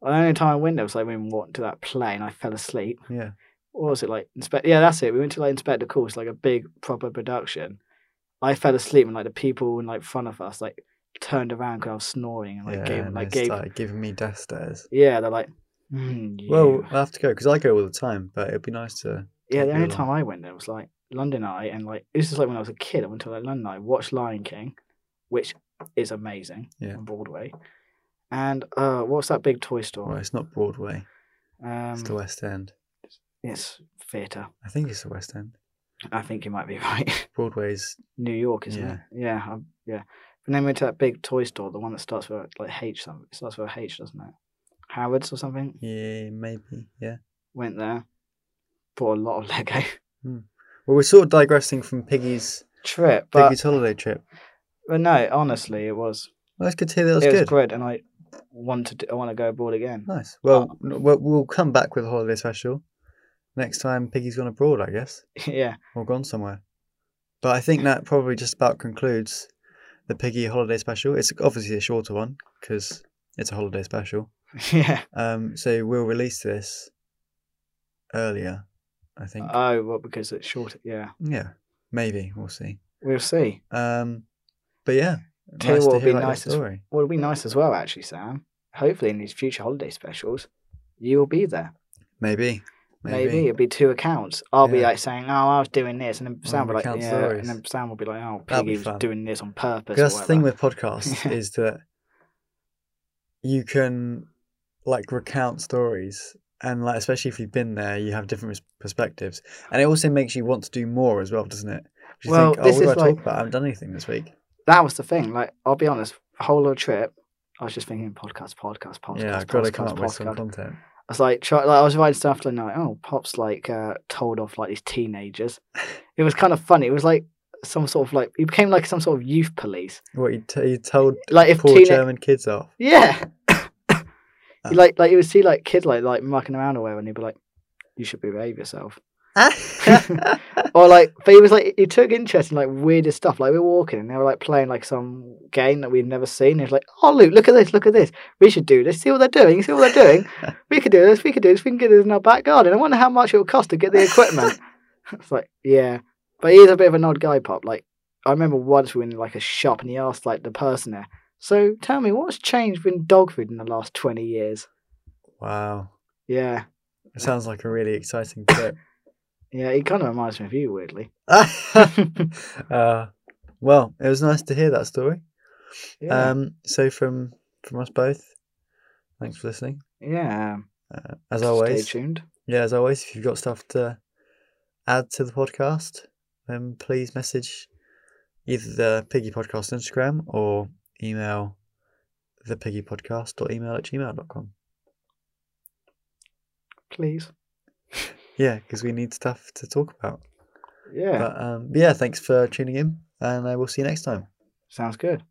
[SPEAKER 1] The only time I went there was like when we walked to that plane, I fell asleep.
[SPEAKER 2] Yeah.
[SPEAKER 1] What was it like? Inspect. Yeah, that's it. We went to like Inspector Course, like a big proper production. I fell asleep and like the people in like front of us like turned around because I was snoring and like
[SPEAKER 2] yeah,
[SPEAKER 1] gave
[SPEAKER 2] and
[SPEAKER 1] like
[SPEAKER 2] they
[SPEAKER 1] gave
[SPEAKER 2] started giving me death stares.
[SPEAKER 1] yeah they're like mm,
[SPEAKER 2] Well,
[SPEAKER 1] you."
[SPEAKER 2] I have to go because I go all the time, but it'd be nice to.
[SPEAKER 1] yeah the
[SPEAKER 2] take you
[SPEAKER 1] only
[SPEAKER 2] along.
[SPEAKER 1] time I went there was like London Eye and like this is like when I was a kid I went to like London Eye watched Lion King, which is amazing
[SPEAKER 2] Yeah.
[SPEAKER 1] on Broadway, and uh what's that big toy
[SPEAKER 2] Well,
[SPEAKER 1] store?
[SPEAKER 2] it's not Broadway,
[SPEAKER 1] Um,
[SPEAKER 2] it's the West End.
[SPEAKER 1] it's theatre.
[SPEAKER 2] I think it's the West End.
[SPEAKER 1] I think you might be right.
[SPEAKER 2] Broadway's.
[SPEAKER 1] New York, isn't
[SPEAKER 2] Yeah.
[SPEAKER 1] it? Yeah, i yeah. And then we went to that big toy store, the one that starts with like H something. It starts with a H, doesn't it? Howard's or something.
[SPEAKER 2] Yeah, maybe. Yeah.
[SPEAKER 1] Went there, bought a lot of Lego
[SPEAKER 2] Well, we're sort of digressing from Piggy's
[SPEAKER 1] trip, but,
[SPEAKER 2] Piggy's holiday trip.
[SPEAKER 1] but no, honestly, it was
[SPEAKER 2] Well, that's good to hear. That was
[SPEAKER 1] it was
[SPEAKER 2] good. Oh.
[SPEAKER 1] great, and I want to do, I want to go abroad again.
[SPEAKER 2] Nice. Well,
[SPEAKER 1] Oh.
[SPEAKER 2] n- we'll we'll come back with a holiday special next time Piggy's gone abroad, I guess,
[SPEAKER 1] yeah,
[SPEAKER 2] or gone somewhere. But I think that probably just about concludes the Piggy holiday special. It's obviously a shorter one because it's a holiday special.
[SPEAKER 1] yeah.
[SPEAKER 2] Um, so we'll release this earlier, I think.
[SPEAKER 1] Oh, well, because it's short. Yeah,
[SPEAKER 2] yeah, maybe we'll see.
[SPEAKER 1] we'll see.
[SPEAKER 2] Um, but yeah,
[SPEAKER 1] Tell you
[SPEAKER 2] nice
[SPEAKER 1] what
[SPEAKER 2] to
[SPEAKER 1] would be
[SPEAKER 2] hear about your
[SPEAKER 1] nice is-
[SPEAKER 2] story.
[SPEAKER 1] Well, it'll be nice as well, actually, Sam. Hopefully, in these future holiday specials, you'll be there.
[SPEAKER 2] Maybe,
[SPEAKER 1] Maybe.
[SPEAKER 2] maybe,
[SPEAKER 1] it'll be two accounts. I'll be
[SPEAKER 2] Yeah.
[SPEAKER 1] like saying, "Oh, I was doing this," and then Sam will be like,
[SPEAKER 2] account
[SPEAKER 1] "Yeah,"
[SPEAKER 2] stories.
[SPEAKER 1] and then Sam will be like, "Oh,
[SPEAKER 2] That'd be
[SPEAKER 1] Piggy was
[SPEAKER 2] fun.
[SPEAKER 1] doing this on purpose."
[SPEAKER 2] 'Cause
[SPEAKER 1] or
[SPEAKER 2] that's the thing
[SPEAKER 1] whatever."
[SPEAKER 2] with podcasts
[SPEAKER 1] Yeah.
[SPEAKER 2] is that you can like recount stories, and like especially if you've been there, you have different pers- perspectives, and it also makes you want to do more as well, doesn't it? 'Cause You
[SPEAKER 1] Well,
[SPEAKER 2] think, oh,
[SPEAKER 1] this
[SPEAKER 2] what do
[SPEAKER 1] is
[SPEAKER 2] I
[SPEAKER 1] like-
[SPEAKER 2] talk about? I haven't done anything this week.
[SPEAKER 1] That was the thing. Like, I'll be honest. Whole little trip, I was just thinking podcast, podcast, podcast,
[SPEAKER 2] yeah, I've got to
[SPEAKER 1] podcast,
[SPEAKER 2] come up with some
[SPEAKER 1] podcast. I
[SPEAKER 2] content.
[SPEAKER 1] was like, try, like, I was writing stuff like, like, "Oh, Pop's like uh, told off like these teenagers." It was kind of funny. It was like some sort of like he became like some sort of youth police.
[SPEAKER 2] What you, t- you told
[SPEAKER 1] Like if
[SPEAKER 2] poor
[SPEAKER 1] teen-
[SPEAKER 2] German kids off.
[SPEAKER 1] yeah.
[SPEAKER 2] Ah.
[SPEAKER 1] Like, like you would see like kids like like mucking around or whatever, and he'd be like, "You should behave yourself." or like but he was like he took interest in like weirdest stuff like we were walking and they were like playing like some game that we'd never seen he was like oh Luke look at this look at this we should do this see what they're doing see what they're doing we could do this we could do this we can get this in our back garden I wonder how much it will cost to get the equipment it's like yeah but he is a bit of an odd guy pop like I remember once we were in like a shop and he asked like the person there so tell me what's changed in dog food in the last 20 years
[SPEAKER 2] wow,
[SPEAKER 1] yeah
[SPEAKER 2] it sounds like a really exciting trip.
[SPEAKER 1] yeah he kind of reminds me of you weirdly
[SPEAKER 2] uh, well, it was nice to hear that story.
[SPEAKER 1] yeah
[SPEAKER 2] Um, so from from us both, thanks for listening.
[SPEAKER 1] yeah
[SPEAKER 2] Uh, as
[SPEAKER 1] stay
[SPEAKER 2] always,
[SPEAKER 1] tuned
[SPEAKER 2] yeah, as always, if you've got stuff to add to the podcast, then please message either the Piggy Podcast Instagram or email the Piggy Podcast or email at gmail.com.
[SPEAKER 1] please
[SPEAKER 2] Yeah, because we need stuff to talk about.
[SPEAKER 1] Yeah,
[SPEAKER 2] But um, yeah, thanks for tuning in, and I will see you next time.
[SPEAKER 1] sounds good.